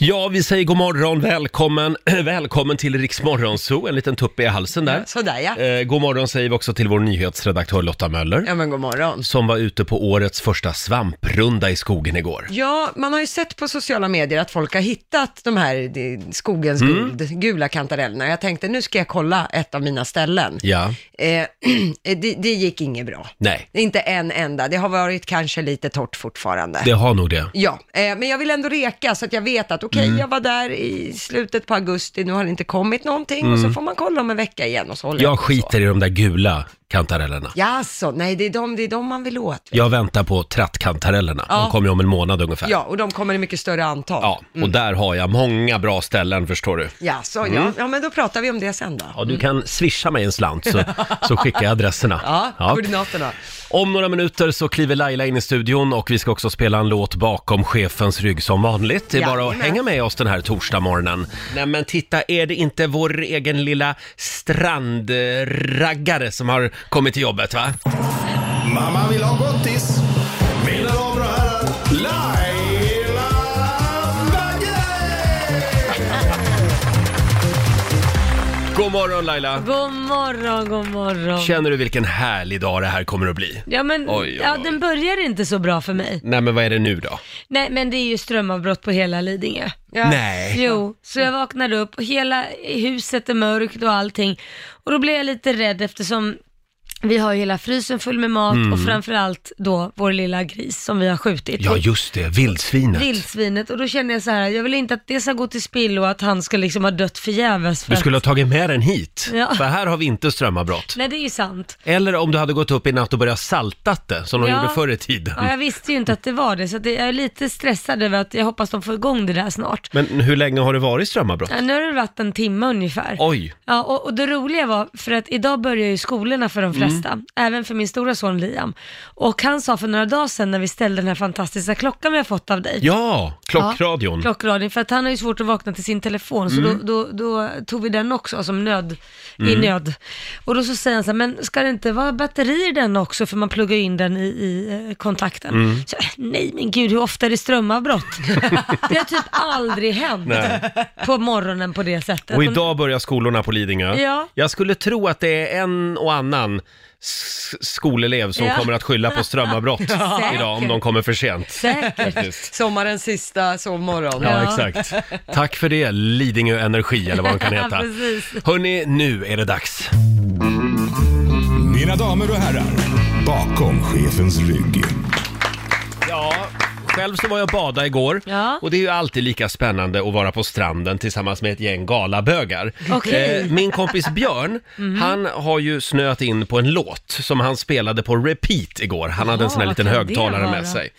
Ja, vi säger god morgon, välkommen, välkommen till Riks Morgonzoo, en liten tupp i halsen där. Sådär ja. Eh, god morgon säger vi också till vår nyhetsredaktör Lotta Möller, Ja men god morgon. som var ute på årets första svamprunda i skogen igår. Ja, man har ju sett på sociala medier att folk har hittat de här de, skogens Mm. guld, gula kantarellerna. Jag tänkte nu ska jag kolla ett av mina ställen. Ja, Eh, det, det gick inget bra. nej, Inte en enda. Det har varit kanske lite torrt fortfarande. det har nog det. Mm. Ja, eh, men jag vill ändå reka så att jag vet att okej, jag var där i slutet på augusti, nu har det inte kommit någonting och Mm. så får man kolla om en vecka igen och så håller Jag på så. skiter i de där gula kantarellerna. Jaså, nej det är de, det är de man vill åt. Jag väntar på trattkantarellerna, de Ja. kommer ju om en månad ungefär. Ja, och de kommer i mycket större antal. Mm. Ja, och där har jag många bra ställen förstår du. Ja, så ja. ja, men då pratar vi om det sen då. Mm. Ja, du kan swisha mig en slant så, så skickar jag adresserna. Ja, Ja. Ah, koordinaterna. Om några minuter så kliver Laila in i studion och vi ska också spela en låt bakom chefens rygg som vanligt. Det är bara att Jajamän. hänga med oss den här torsdagmorgonen. Nej men titta, är det inte vår egen lilla strandraggare som har kommit till jobbet va? Mamma vill ha gottis. Mina damer och herrar, Laila Bagge! God morgon Laila! God morgon, god morgon. Känner du vilken härlig dag det här kommer att bli? Ja men Oj, oj, Ja, oj. den börjar inte så bra för mig. Nej men vad är det nu då? Nej men det är ju strömavbrott på hela Lidingö. Ja. Nej! Jo, så jag vaknade upp och hela huset är mörkt och allting. Och då blev jag lite rädd eftersom vi har ju hela frysen full med mat och framförallt då vår lilla gris som vi har skjutit. Mm. Ja just det, vildsvinet. Vildsvinet. Och då kände jag så här, jag vill inte att det ska gå till spill och att han ska liksom ha dött förgäves. För Du skulle ha tagit med den hit, Ja. för här har vi inte strömavbrott. att... Nej det är ju sant. Eller om du hade gått upp i natt och börjat saltat det, som de Ja. gjorde förr i tiden. Ja, jag visste ju inte att det var det, så att det- jag är lite stressad över att jag hoppas de får igång det där snart. Men hur länge har det varit strömavbrott? Ja, nu har det varit en timme ungefär. Oj! Ja, och, och det roliga var, för att idag börjar ju skolorna för de Mm. flesta, även för min stora son Liam. Och han sa för några dagar sedan när vi ställde den här fantastiska klockan vi har fått av dig. Ja, klockradion. Mm. Klockradion, för att han har ju svårt att vakna till sin telefon, så då, då, då tog vi den också som nöd, i nöd. Och då så säger han så här, men ska det inte vara batteri i den också, för man pluggar ju in den i, i eh, kontakten. Mm. Så, äh, nej men gud, hur ofta är det strömavbrott? det har typ aldrig hänt Nej. på morgonen på det sättet. Och idag börjar skolorna på Lidingö. Ja. Jag skulle tro att det är en och annan s- skolelev som Ja. kommer att skylla på strömavbrott Ja. idag om de kommer för sent. Säkert. Faktiskt. Sommarens sista sovmorgon. Ja, Ja. exakt. Tack för det, Lidingö Energi eller vad de kan heta. Precis. Hörni, nu är det dags. Mina damer och herrar, bakom chefens rygg. Ja, själv så var jag och bada igår Ja. och det är ju alltid lika spännande att vara på stranden tillsammans med ett gäng galabögar. Eh, Okej. Mhm. min kompis Björn, han har ju snöat in på en låt som han spelade på repeat igår. Han hade en Ja, sån här vad liten kan det högtalare vara? med sig.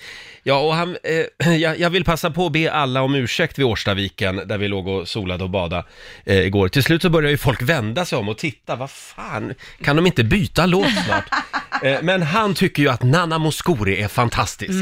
Ja, och han, eh, jag, jag vill passa på att be alla om ursäkt vid Årstaviken där vi låg och solade och badade eh, igår. Till slut så började ju folk vända sig om och titta, vad fan, kan de inte byta låt snart? eh, men han tycker ju att Nana Mouskouri är fantastisk.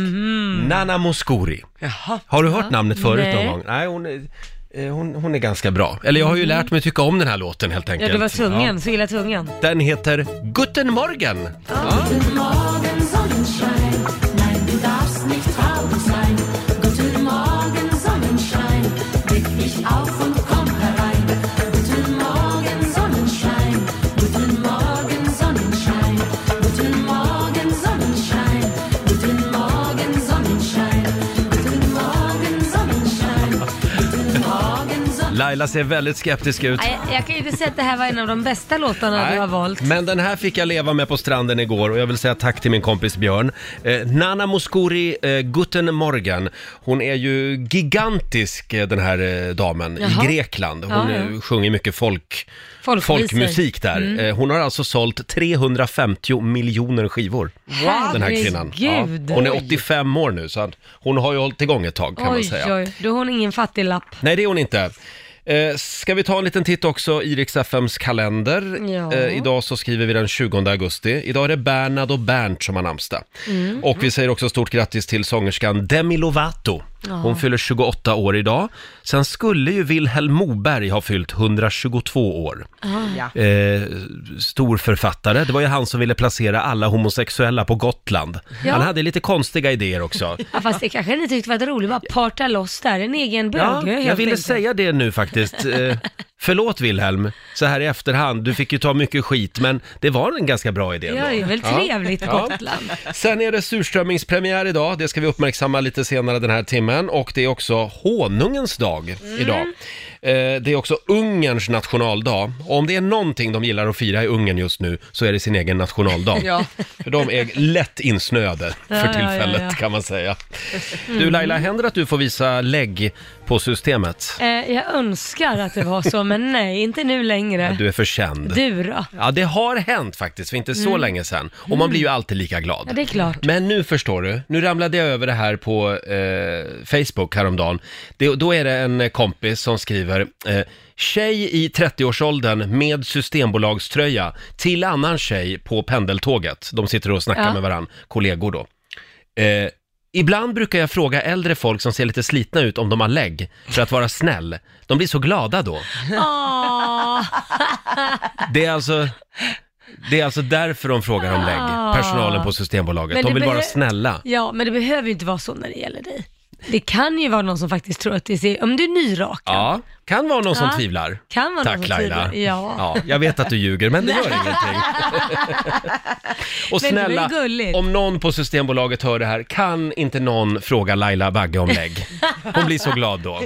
Nana Mouskouri. Jaha. Har du hört namnet förut Mhm. någon Nej. gång? Nej, hon, är- eh, hon, hon är ganska bra. Eller jag har ju lärt mig tycka om den här låten helt enkelt. Mhm. Ja, det var tvungen, så illa tvungen. Ja. Den heter Guten Morgen. Guten Morgen Sonnenschein, nein du darfst nicht traurig sein. Guten Morgen Sonnenschein, weck dich auf und komm herein. Guten Morgen Sonnenschein, guten Morgen Sonnenschein, guten Morgen Sonnenschein, guten Morgen Sonnenschein, guten Morgen Sonnenschein, guten Morgen Sonnenschein. Laila ser väldigt skeptisk ut. Nej, jag kan ju inte säga att det här var en av de bästa låtarna Nej, du har valt. Men den här fick jag leva med på stranden igår och jag vill säga tack till min kompis Björn. Eh, Nana Mouskouri eh, Guten Morgen. Hon är ju gigantisk eh, den här eh, damen Jaha. i Grekland. Hon Ja, ja. Mm. eh, sjunger mycket folk, Folkvisor. folkmusik där. Eh, hon har alltså sålt 350 miljoner skivor. Den här kvinnan. Herregud. Hon är 85 år nu så att hon har ju hållit igång ett tag kan man Oj, säga. oj, då har hon ingen fattiglapp. Nej, det är hon inte. Eh, ska vi ta en liten titt också i Rix FMs kalender? Ja. Eh, idag så skriver vi den 20 augusti. Idag är det Mm. Mm. Bernhard och Bernt som har namnsdag. Och vi säger också stort grattis till sångerskan Demi Lovato Hon fyller 28 år idag. Sen skulle ju Vilhelm Moberg ha fyllt 122 år. Ah. Ja. Eh, stor författare. Det var ju han som ville placera alla homosexuella på Gotland. Ja. Han hade lite konstiga idéer också. Ja, fast det kanske ni tyckte var roligt, bara parta loss där, en egen bög. Ja, helt jag ville enkelt. säga det nu faktiskt. Eh, förlåt Wilhelm, så här i efterhand. Du fick ju ta mycket skit, men det var en ganska bra idé ändå. Ja, det är väl trevligt Gotland. Sen är det surströmmingspremiär idag, det ska vi uppmärksamma lite senare den här timmen. Och det är också honungens dag Mm. idag. Eh, det är också Ungerns nationaldag. Och om det är någonting de gillar att fira i Ungern just nu så är det sin egen nationaldag. Ja. För de är lätt insnöade Ja, för ja, tillfället ja, ja. kan man säga. Mm. Du Laila, händer det att du får visa lägg på systemet? Eh, jag önskar att det var så, men nej, inte nu längre. Du är för känd. Du då? Ja, det har hänt faktiskt för inte så länge sedan. Och man blir ju alltid lika glad. Ja, det är klart. Men nu förstår du, nu ramlade jag över det här på eh, Facebook häromdagen. Det, då är det en kompis som skriver eh, Tjej i 30-årsåldern med systembolagströja till annan tjej på pendeltåget. De sitter och snackar Ja. med varann, kollegor då. Eh, ibland brukar jag fråga äldre folk som ser lite slitna ut om de har lägg för att vara snäll. De blir så glada då. Åh, Det är alltså... Det är alltså därför de frågar om Ah. lägg, personalen på Systembolaget. Men De det vill vara behö- snälla. ja, men det behöver ju inte vara så när det gäller dig. Det kan ju vara någon som faktiskt tror att det ser, om du är nyrakad, Ja, kan vara någon som Ja. tvivlar. kan vara någon Tack som Laila. tvivlar. Ja. Ja, jag vet att du ljuger, men det gör ingenting. Och Men det var ju snälla, gulligt. om någon på Systembolaget hör det här, kan inte någon fråga Laila Bagge om lägg? Hon blir så glad då.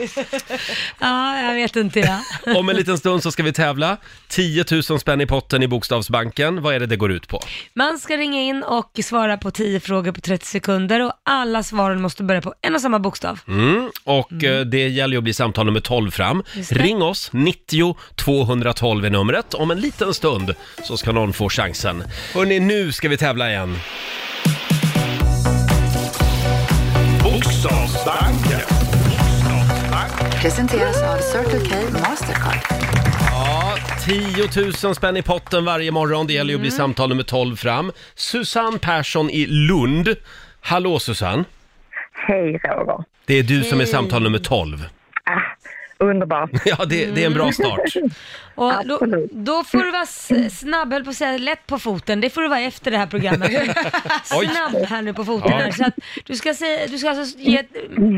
ja, jag vet inte ja. Om en liten stund så ska vi tävla. 10 000 spänn i potten i Bokstavsbanken. Vad är det det går ut på? Man ska ringa in och svara på 10 frågor på 30 sekunder och alla svaren måste börja på en och samma bokstav. Mm, och eh, det gäller ju att bli samtal nummer 12 fram. Just det. Ring oss, 90 212 är numret. Om en liten stund så ska någon få chansen. Hörrni, nu ska vi tävla igen. Bokstavsbanken. Presenteras av Circle K Mastercard. Ja, 10 000 spänn i potten varje morgon. Det gäller ju att Mm. bli samtal nummer 12 fram. Susanne Persson i Lund. Hallå Susanne! Hej Roger. Det är du som är samtal nummer 12. Ah, underbart. Ja, det, det är en bra start. Och då, Absolut. då får du vara s- snabb, höll på att säga lätt på foten, det får du vara efter det här programmet. Oj. snabb här nu på foten Ja. här. Så att du, ska säga, du ska alltså ge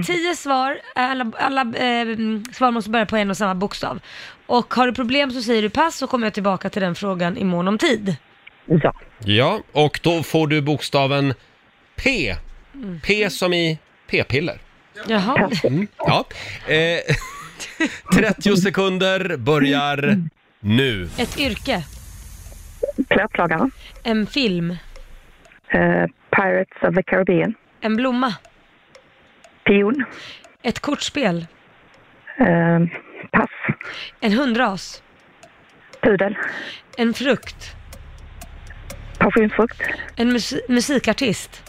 10 svar, alla, alla eh, svar måste börja på en och samma bokstav. Och har du problem så säger du pass så kommer jag tillbaka till den frågan i mån om tid. Ja. Ja, och då får du bokstaven P. P som i p-piller. Mm. Jaha. Mm. Ja. Eh, 30 sekunder börjar nu. Ett yrke, Plåtslagare. en film, Eh, Pirates of the Caribbean. en blomma, Pion. ett kortspel, Eh, pass. en hundras, Pudel. en frukt, Passionsfrukt. en musi- musikartist,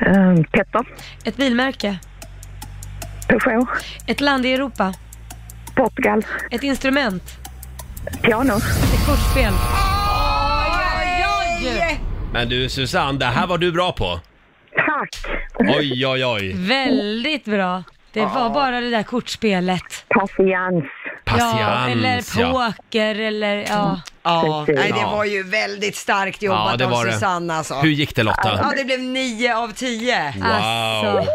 Eh, Petter. ett bilmärke, Peugeot. ett land i Europa, Portugal. ett instrument, Piano. ett kortspel. Men du Susanne, det här var du bra på. Tack! Oj, oj, oj. Väldigt bra. Det var bara det där kortspelet. Patiens. ja, eller Patiens, ja. poker eller ja. Ja, nej, det Ja. var ju väldigt starkt jobbat av Susanne alltså. Hur gick det Ja, Lotta? det blev nio av tio. Wow! Alltså.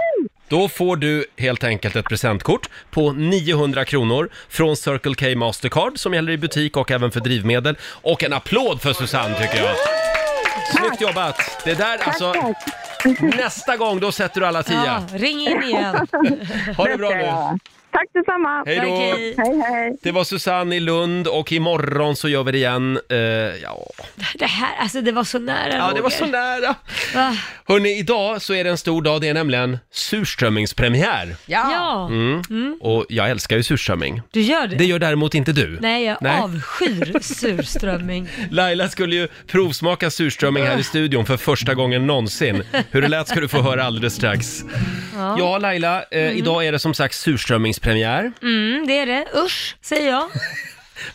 Då får du helt enkelt ett presentkort på 900 kronor från Circle K Mastercard som gäller i butik och även för drivmedel. Och en applåd för Susanne tycker jag! Snyggt jobbat! Det där alltså, nästa gång då sätter du alla Ja, tio. ring in igen. Ha det bra ska jag nu! göra. Tack detsamma! Hej då! Okej. Hej, hej! Det var Susanne i Lund och imorgon så gör vi det igen. Eh, ja. Det här, alltså det var så nära ja, det Roger. var så nära. Va? Hörni, idag så är det en stor dag. Det är nämligen surströmmingspremiär. Mm. Ja, Mm. Och jag älskar ju surströmming. du gör det. Det gör däremot inte du. Nej, jag Nej. avskyr surströmming. Laila skulle ju provsmaka surströmming här i studion för första gången någonsin. Hur det lät ska du få höra alldeles strax. Ja, Mm. Laila, eh, idag är det som sagt surströmmingspremiär. Mm, det är det. Usch, säger jag.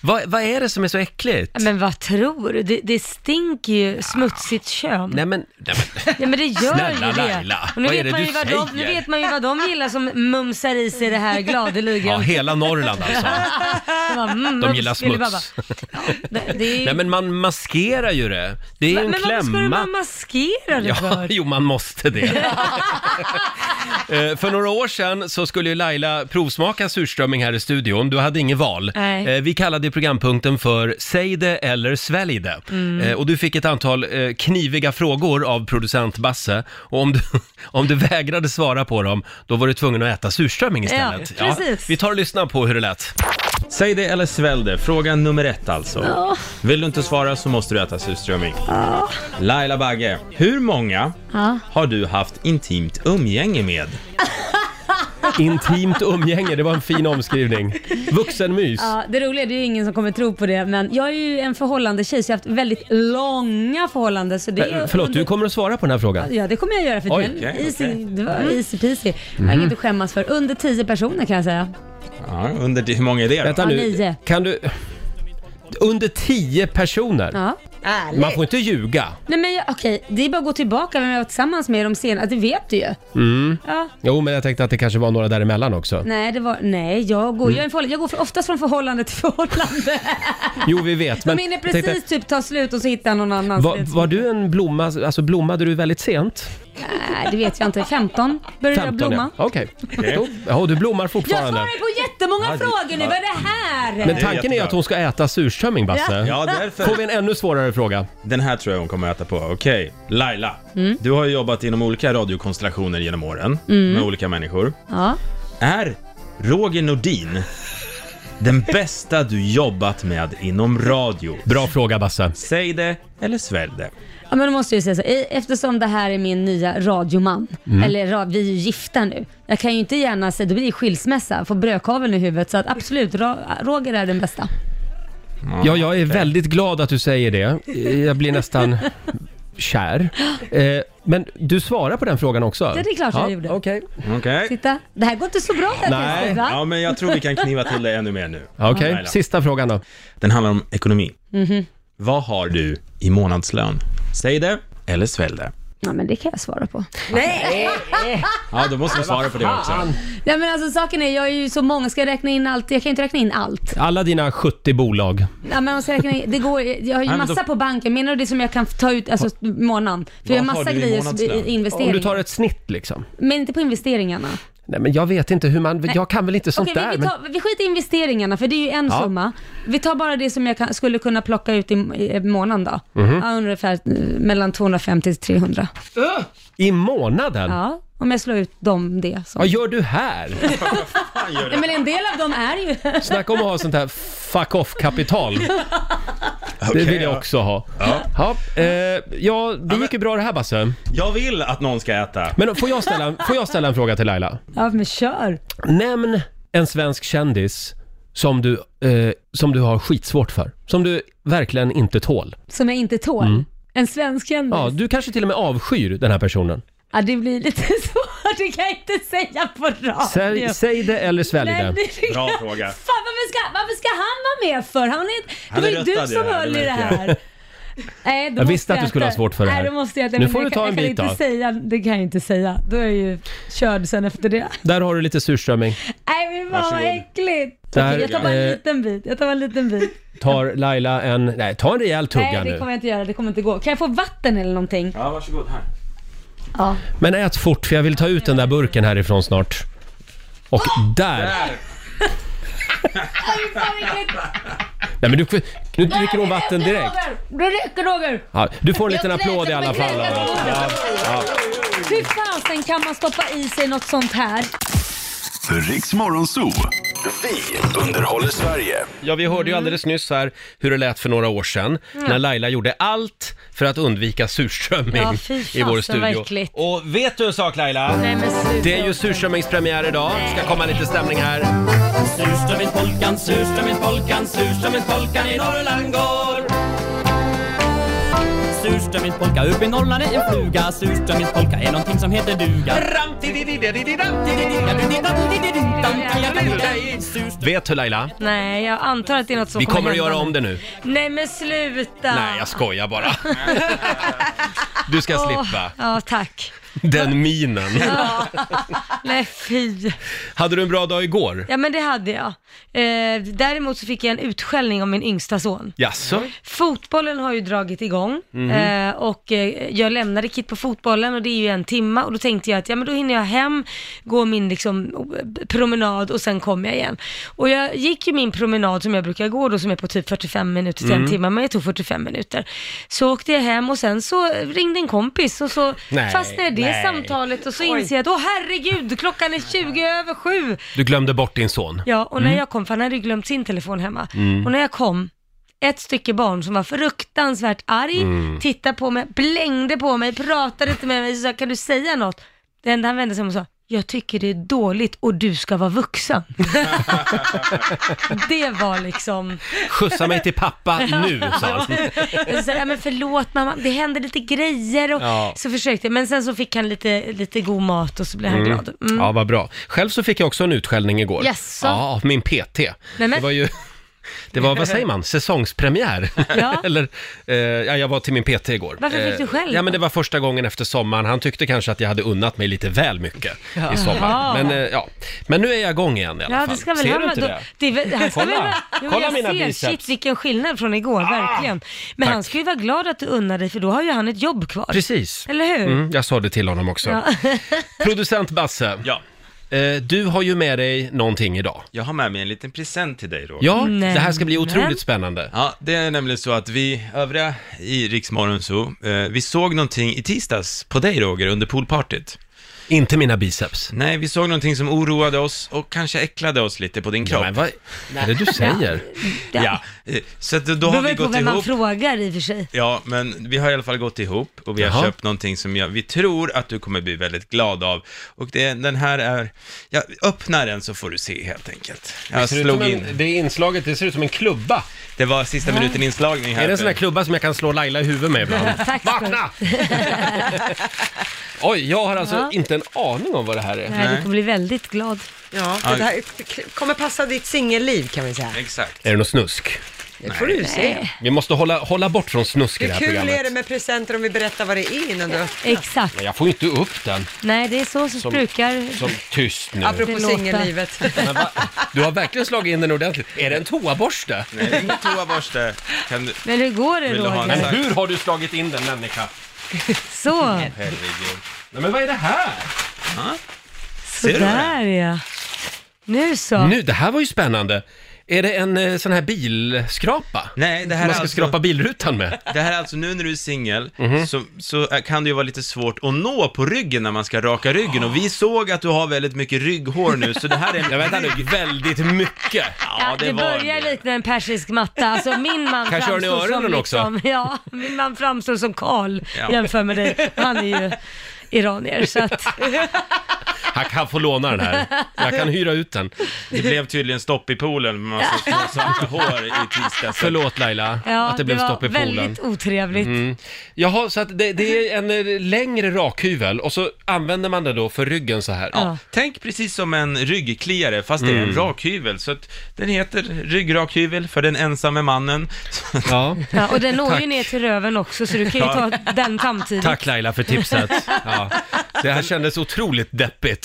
Vad, vad är det som är så äckligt? Ja, Men vad tror du? Det, det stinker ju smutsigt kön. Ah. Nej men, nej, men. Ja men det gör Snälla ju det. Laila, och nu vad vet är det man du ju vad de, Nu säger? vet man ju vad de gillar som mumsar i sig det här Ja, gladeligen. hela Norrland alltså. Det var, mm, De mums, gillar ville bara- smuts. Ja, det, det är ju... Nej men man maskerar ju det. Det är ju en men varför ska du klämma. bara maskera det Ja, för? jo, man måste det. Eh, För några år sedan så skulle ju Laila provsmaka surströmming här i studion. Du hade inget val. Nej. Eh, Vi kallade programpunkten för Säg det eller svälj det. Eh, Och du fick ett antal eh, kniviga frågor av producent Basse. Och om du, om du vägrade svara på dem, då var du tvungen att äta surströmming istället. Ja, precis. Vi tar och lyssnar på hur det lät. Säg det eller svälj det. Fråga nummer ett alltså. Vill du inte svara så måste du äta surströmming. Laila Bagge, hur många har du haft intimt umgänge med? Intimt umgänge, det var en fin omskrivning. Vuxenmys. Ja, det roliga är det är ju ingen som kommer tro på det, men jag är ju en förhållande tjej så jag har haft väldigt långa förhållanden. Så det är Eh, Förlåt, under- du kommer att svara på den här frågan? Ja, det kommer jag göra för Oj, Mm. den okej, easy, det var easy peasy. Jag har inget att skämmas för. Under tio personer kan jag säga. Ja, under hur många är det då? Vänta Ja, nu, nio. kan du... Under tio personer? Ja. Man får inte ljuga. Nej men jag- okej, det är bara att gå tillbaka vem jag var tillsammans med de senaste, det vet du ju. Ja, Mm. Jo, men jag tänkte att det kanske var några däremellan också. nej, det var, nej jag går, Mm. jag är en förhållande, jag går för, oftast från förhållande till förhållande. Jo, vi vet. Men de hinner jag precis tänkte, typ ta slut och så hittar jag någon annan. som var, vet- var du en blomma, alltså blommade du väldigt sent? Nej, det vet jag inte. 15 började jag blomma. ja. Okej. Jo, Ja, du blommar Jag fortfarande. svarar ju på jättemånga frågor nu, vad är det här? Men är tanken är ju jättebra. att hon ska äta surströmming, Basse. Ja, Får därför. vi en ännu svårare fråga? Den här tror jag hon kommer att äta på. Okej, Laila. Du har ju jobbat inom olika radiokonstellationer genom åren med olika människor. ja. Är Roger Nordin den bästa du jobbat med inom radio? Bra fråga, Basse. Säg det eller svälj det. Ja men då måste jag ju säga så, E- eftersom det här är min nya radioman, Mm. eller ra- vi är ju gifta nu. Jag kan ju inte gärna säga, då blir det skilsmässa, får brödkaveln i huvudet. Så att absolut, ra- Roger är den bästa. Ja, jag är väldigt glad att du säger det. Jag blir nästan kär. Eh, men du svarar på den frågan också? Ja, det är klart jag ja, gjorde. Okej. Okej. Titta, det här går inte så bra där Nej. plötsligt, va? Ja, men jag tror vi kan kniva till det ännu mer nu. Okej, Laila. sista frågan då. Den handlar om ekonomi. Mhm. Vad har du i månadslön? Säg det eller svälj det. Ja men det kan jag svara på. Ja, då måste vi svara på det också. Ja men alltså saken är, jag är ju så många, ska jag räkna in allt? Jag kan ju inte räkna in allt. Alla dina 70 bolag. Ja, men om jag ska räkna in, det går, jag har ju Nej, men massa då- på banken, menar du det som jag kan ta ut alltså, månaden? För jag har Vad har massa du i grejer som- månadslön? i- Om du investeringar. tar ett snitt liksom. Men inte på investeringarna. Nej men jag vet inte hur man, jag kan väl inte sånt Okej, där. vi, vi, men... tar, vi skiter i investeringarna för det är ju en Ja. summa. Vi tar bara det som jag kan, skulle kunna plocka ut i, i månaden då. Mhm. Ja, ungefär eh, mellan 250 till 300. I månaden? Ja. Ja, om jag slår ut dem det. Som. Vad gör du här? Nej, men en del av dem är ju... Snacka om att ha sånt här fuck off-kapital. Det vill jag också ha. Ja, ja, eh, ja det gick ju bra det här Basse. Jag vill att någon ska äta. Men får jag, ställa, får jag ställa en fråga till Laila? Ja, men kör. Nämn en svensk kändis som du, eh, som du har skitsvårt för. Som du verkligen inte tål. Som jag inte tål. En svensk kändis. Mm. Ja, Ja. du kanske till och med avskyr den här personen. det blir lite svårt. Det kan jag inte säga på radio. Säg, säg det eller svälj Nej, det. det- Bra fråga. Fan, varför ska, varför ska han vara med för? Han är, Han det var är ju du röstad i som det här, höll det i det märker jag. här. Nej, då Jag måste visste att du skulle ha inte- svårt för det här. Nej, då måste jag, inte- Nu men får jag du ta kan- en jag kan bit inte då. Säga, det kan jag inte säga. Då är jag ju körd sen efter det. Där har du lite surströmming. Nej, men fan vad Varsågod. äckligt. Där, Okej, jag tar bara en eh, liten bit. Jag tar bara en liten bit. Tar Laila en... Nej, ta en rejäl tugga Nej, det kommer nu. jag inte göra. Det kommer inte gå. Kan jag få vatten eller någonting? Ja, varsågod. Här. Ja. Men ät fort för jag vill ta ut den där burken härifrån snart. Och Ah! där! Nej men du, nu dricker hon vatten direkt. Det räcker Roger! Ja, du får en liten Jag applåd i alla klättrar fall på av oss. knäna. Hur fasen kan man stoppa i sig något sånt här? Riks Morgonzoo. Vi underhåller Sverige. Ja, vi hörde ju alldeles nyss här hur det lät för några år sedan Mm. när Laila gjorde allt för att undvika surströmming Ja, fy i vår fasen, vad studio. äckligt. Och vet du en sak Laila? Nej men sluta. Det är ju surströmmingspremiär idag. Ska komma lite stämning här. Surströmmingspolkan, surströmmingspolkan, surströmmingspolkan i Norrland går surströmmingspolka Uppe i Norrland är en fluga Surströmmingspolka är någonting som heter duga Vet du Laila? Nej, jag antar att det är något som Vi kommer att hända göra om det nu. Nej men sluta! Nej, jag skojar bara. Du ska Åh, slippa Ja, tack. den minen. Ja. Nej, fy. Hade du en bra dag igår? Ja, men det hade jag. Eh, däremot så fick jag en utskällning av min yngsta son. Jaså? Fotbollen har ju dragit igång Alltså? Mhm. eh, och eh, jag lämnade Kit på fotbollen och det är ju en timma och då tänkte jag att ja, men då hinner jag hem, gå min liksom, promenad och sen kommer jag igen. Och jag gick ju min promenad som jag brukar gå då som är på typ 45 minuter till Mm. en timme, men jag tog 45 minuter. Så åkte jag hem och sen så ringde en kompis och så Nej, fastnade det nej. samtalet och så inser jag att åh herregud, klockan är 20 över sju. Du glömde bort din son. Ja, och när Mm. jag kom, för han hade ju glömt sin telefon hemma, Mm. och när jag kom, ett stycke barn som var fruktansvärt arg, Mm. tittade på mig, blängde på mig, pratade inte med mig, så sa kan du säga något? Det enda han vände sig om och sa, jag tycker det är dåligt och du ska vara vuxen. det var liksom... Skjutsa mig till pappa nu, sa han. Jag sa, ja, men förlåt mamma, det hände lite grejer och Ja. så försökte jag, men sen så fick han lite, lite god mat och så blev han Mm. glad. Mm. Ja, vad bra. Själv så fick jag också en utskällning igår. Jaså? Ja, av min PT. men. Det var ju... Det var, vad säger man, säsongspremiär? Ja. Eller, eh, ja, jag var till min PT igår. Varför fick du Eh, skäll Ja, då? men det var första gången efter sommaren. Han tyckte kanske att jag hade unnat mig lite väl mycket Ja. i sommar. Jaha. Men, eh, ja. men nu är jag igång igen i alla Ja, fall. det ska väl ser han du vara- inte då- det? det är väl- han ska Kolla. väl vara- Jo, Kolla jag mina ser, biceps. Ah, Shit, vilken skillnad från igår, verkligen. Men han ska ju vara glad att du unnar dig, för då har ju han ett jobb kvar. Precis. Eller hur? Mm, jag sa det till honom också. Ja. Producent Basse, eh, du har ju med dig någonting idag. Jag har med mig en liten present till dig Roger. Ja, Mm. det här ska bli otroligt spännande. Ja, det är nämligen så att vi övriga i Riksmorgon så, eh, vi såg någonting i tisdags på dig Roger under poolpartyt. Inte mina biceps. Nej, vi såg någonting som oroade oss och kanske äcklade oss lite på din kropp. men vad är det du säger? Ja, eh, så att då har Beror vi väl på gått vem man ihop. frågar i och för sig. Ja, men vi har i alla fall gått ihop och vi har Jaha. köpt någonting som jag, vi tror att du kommer bli väldigt glad av. Och det, den här är, ja, öppna den så får du se helt enkelt. Det Jag ser ut slog som en- in. det inslaget, det ser ut som en klubba. Det var sista minuten inslagning här. Är det en sån här klubba som jag kan slå Laila i huvudet med ibland? Tack Vakna! Oj, jag har alltså Ja. inte en aning om vad det här är. Nej, du kommer bli väldigt glad. Ja, det här kommer passa ditt singelliv kan vi säga. Exakt. Är det något snusk? Det får du se. Vi måste hålla, hålla bort från snusk i Hur det här kul är programmet. det med presenter om vi berättar vad det är innan du öppnar? Exakt. Men jag får ju inte upp den. Nej, det är så som, Som- brukar... Som tyst nu. Apropå Det låter. singellivet. Du har verkligen slagit in den ordentligt. Är det en toaborste? Nej, det är ingen toaborste. Kan du... Men hur går det Vill du ha en Roger? sax? Hur har du slagit in den människa? Så, Herregud. Nej men vad är det här? Ser du sådär ja. Nu så. Nu, det här var ju spännande. Är det en eh, sån här bilskrapa? Nej, det här Man är ska alltså- skrapa bilrutan med? Mhm. Det här är alltså nu när du är singel, så, så eh, kan det ju vara lite svårt att nå på ryggen när man ska raka ryggen. Och vi såg att du har väldigt mycket rygghår nu, så det här är... Jag väntar nu, väldigt mycket. Ja, Ah, det, börjar likna en persisk matta. Alltså min man Kanske har ni framstår som öronen också? liksom, Ja, min man framstår som Karl Ja. jämfört med dig. Han är ju iranier så att... Han kan få låna den här. Jag kan hyra ut den. Det blev tydligen stopp i poolen med massa små svarta hår i tisdags. Förlåt Laila, Ja, att det blev var stopp i poolen. väldigt otrevligt. Mm. Jaha, så att det, det är en eh, längre rakhyvel och så använder man det då för ryggen så här. Ja, tänk precis som en ryggkliare fast det är en Mm. rakhyvel. Så att den heter ryggrakhyvel för den ensamme mannen. Ja. Ja, och den når Tack. ju ner till röven också så du kan ju Ja. ta den samtidigt. Tack Laila för tipset. Ja. Det här kändes otroligt deppigt.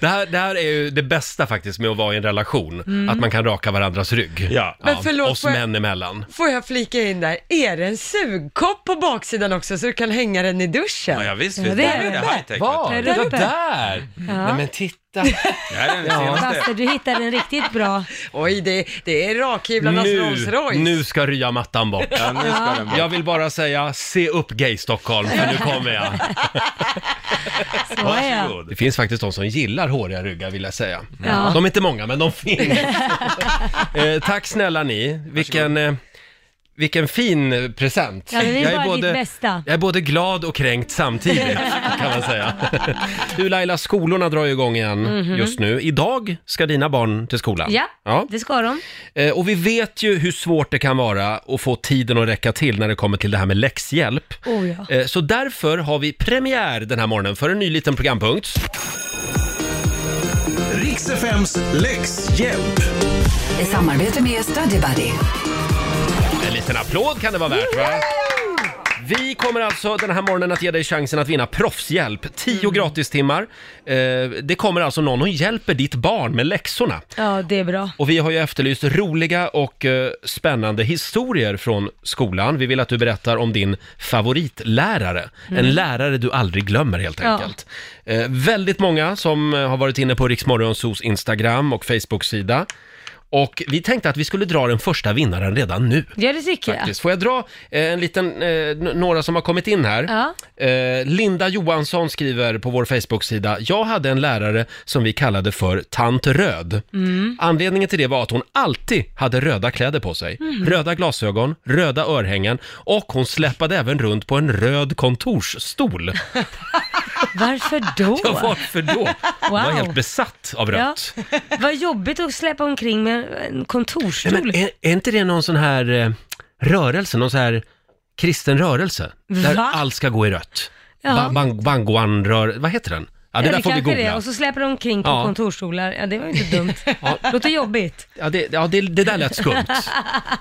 Det här, det här är ju det bästa faktiskt med att vara i en relation, Mm. att man kan raka varandras rygg. Ja. Men förlåt, oss får jag- män emellan. Får jag flika in där, är det en sugkopp på baksidan också så du kan hänga den i duschen? Ja, visst, det där är det high-tech. Var? Där Det var uppe. där! Ja. Nej men titta. Det här är den Ja. senaste. Basse, du hittade en riktigt bra. Oj, det, det är rakhyvlarnas Rolls Nu, Royce. nu ska rya-mattan bort. Ja, nu ska den bort. Jag vill bara säga, se upp gay Stockholm, för nu kommer jag. Så är jag. Varsågod. Det finns faktiskt de som gillar håriga ryggar vill jag säga. Ja. De är inte många, men de finns. eh, tack snälla ni. Vilken, eh, vilken fin present. Ja, det är jag, bara är ditt både, bästa. jag är både glad och kränkt samtidigt, kan man säga. Du Laila, skolorna drar ju igång igen Mhm. just nu. Idag ska dina barn till skolan. Ja, det ska de. Eh, Och vi vet ju hur svårt det kan vara att få tiden att räcka till när det kommer till det här med läxhjälp. Oh, ja. Eh, Så därför har vi premiär den här morgonen för en ny liten programpunkt. Riks-FMs läxhjälp. I samarbete med Studybuddy. En liten applåd kan det vara värt va? Vi kommer alltså den här morgonen att ge dig chansen att vinna proffshjälp. 10 gratistimmar. Eh, det kommer alltså någon och hjälper ditt barn med läxorna. Ja, det är bra. Och vi har ju efterlyst roliga och eh, spännande historier från skolan. Vi vill att du berättar om din favoritlärare. Mm. En lärare du aldrig glömmer helt Ja. enkelt. Eh, väldigt många som eh, har varit inne på Riksmorgonsos Instagram och Facebook-sida. Och vi tänkte att vi skulle dra den första vinnaren redan nu. Ja, det tycker jag. Faktiskt. Får jag dra eh, en liten, eh, n- några som har kommit in här? Ja. Eh, Linda Johansson skriver på vår Facebook-sida, jag hade en lärare som vi kallade för Tant Röd. Mm. Anledningen till det var att hon alltid hade röda kläder på sig. Mm. Röda glasögon, röda örhängen och hon släpade även runt på en röd kontorsstol. Varför då? Ja, varför då? Hon var Wow. helt besatt av Ja. rött. Vad jobbigt att släpa omkring med en kontorsstol. Nej, men är, är inte det någon sån här eh, rörelse, någon sån här kristen rörelse? Där Va? allt ska gå i rött. Ja. Ja. Bang, Bangoan-rör... Vad heter den? Ja, det där får vi kanske googla. är det. Och så släpper de omkring på Ja. kontorsstolar. Ja, det var ju inte dumt. Låter jobbigt. Ja, det, ja det, det där lät skumt.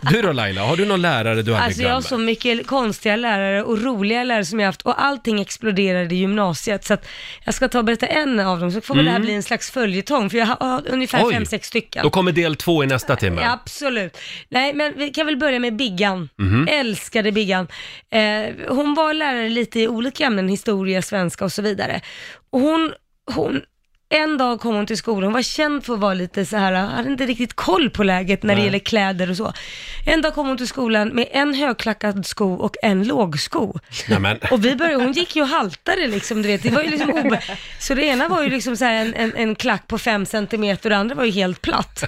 Du då Laila, har du någon lärare du aldrig Alltså jag har glömmer? så mycket konstiga lärare och roliga lärare som jag haft och allting exploderade i gymnasiet. Så att jag ska ta och berätta en av dem så får väl det här Mm. bli en slags följetong för jag har- har ungefär Oj, fem, sex stycken. Då kommer del två i nästa timme. Ja, absolut. Nej, men vi kan väl börja med Biggan. Mhm. Älskade Biggan. Eh, hon var lärare lite i olika ämnen, historia, svenska och så vidare. Och hon, hon, en dag kom hon till skolan, hon var känd för att vara lite så här, hade inte riktigt koll på läget när Nej. det gäller kläder och så. En dag kom hon till skolan med en högklackad sko och en lågsko. Nämen. Och vi började, hon gick ju och haltade liksom, du vet. Det var ju liksom obe... Så det ena var ju liksom så här en, en, en klack på fem centimeter och det andra var ju helt platt.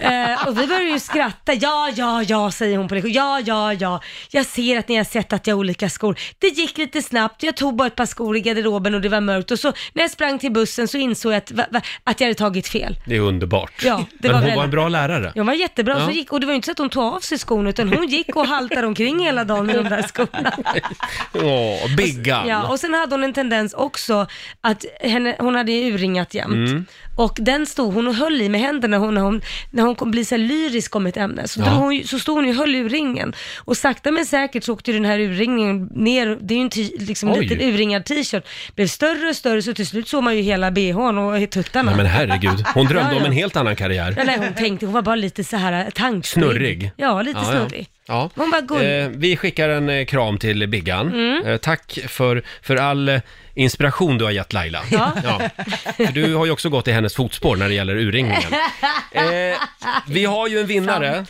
Eh, och vi började ju skratta. Ja, ja, ja, säger hon på lektion. Ja, ja, ja. Jag ser att ni har sett att jag har olika skor. Det gick lite snabbt. Jag tog bara ett par skor i garderoben och det var mörkt. Och så när jag sprang till bussen så insåg jag att, va, va, att jag hade tagit fel. Det är underbart. Ja, det Men var hon väl- var en bra lärare. Ja, Hon var jättebra, Ja. så gick, och det var ju inte så att hon tog av sig skorna utan hon gick och haltade omkring hela dagen med de där skorna. Åh, Biggan. Ja, och sen hade hon en tendens också att henne, hon hade ju urringat jämt. Mm. Och den stod hon och höll i med händerna hon, när hon, när hon kom bli så här lyrisk om ett ämne. Så, Ja. drog hon, ju- så stod hon ju och höll urringen. Och sakta men säkert så åkte den här urringningen ner, det är ju en t- liksom Oj. liten urringad t-shirt, blev större och större så till slut såg man ju hela bhn och tuttarna. Nej men herregud, hon drömde Ja, ja. om en helt annan karriär. Ja, nej, hon tänkte, hon var bara lite så här eh, tankspridd. Snurrig. Ja, lite snurrig. Ja. Hon var gullig. Eh, vi skickar en eh, kram till Biggan. Mm. Eh, tack för, för all eh, inspiration du har gett Laila. Ja. För Du har ju också gått i hennes fotspår när det gäller urringningen. Mm. Eh, Vi har ju en vinnare.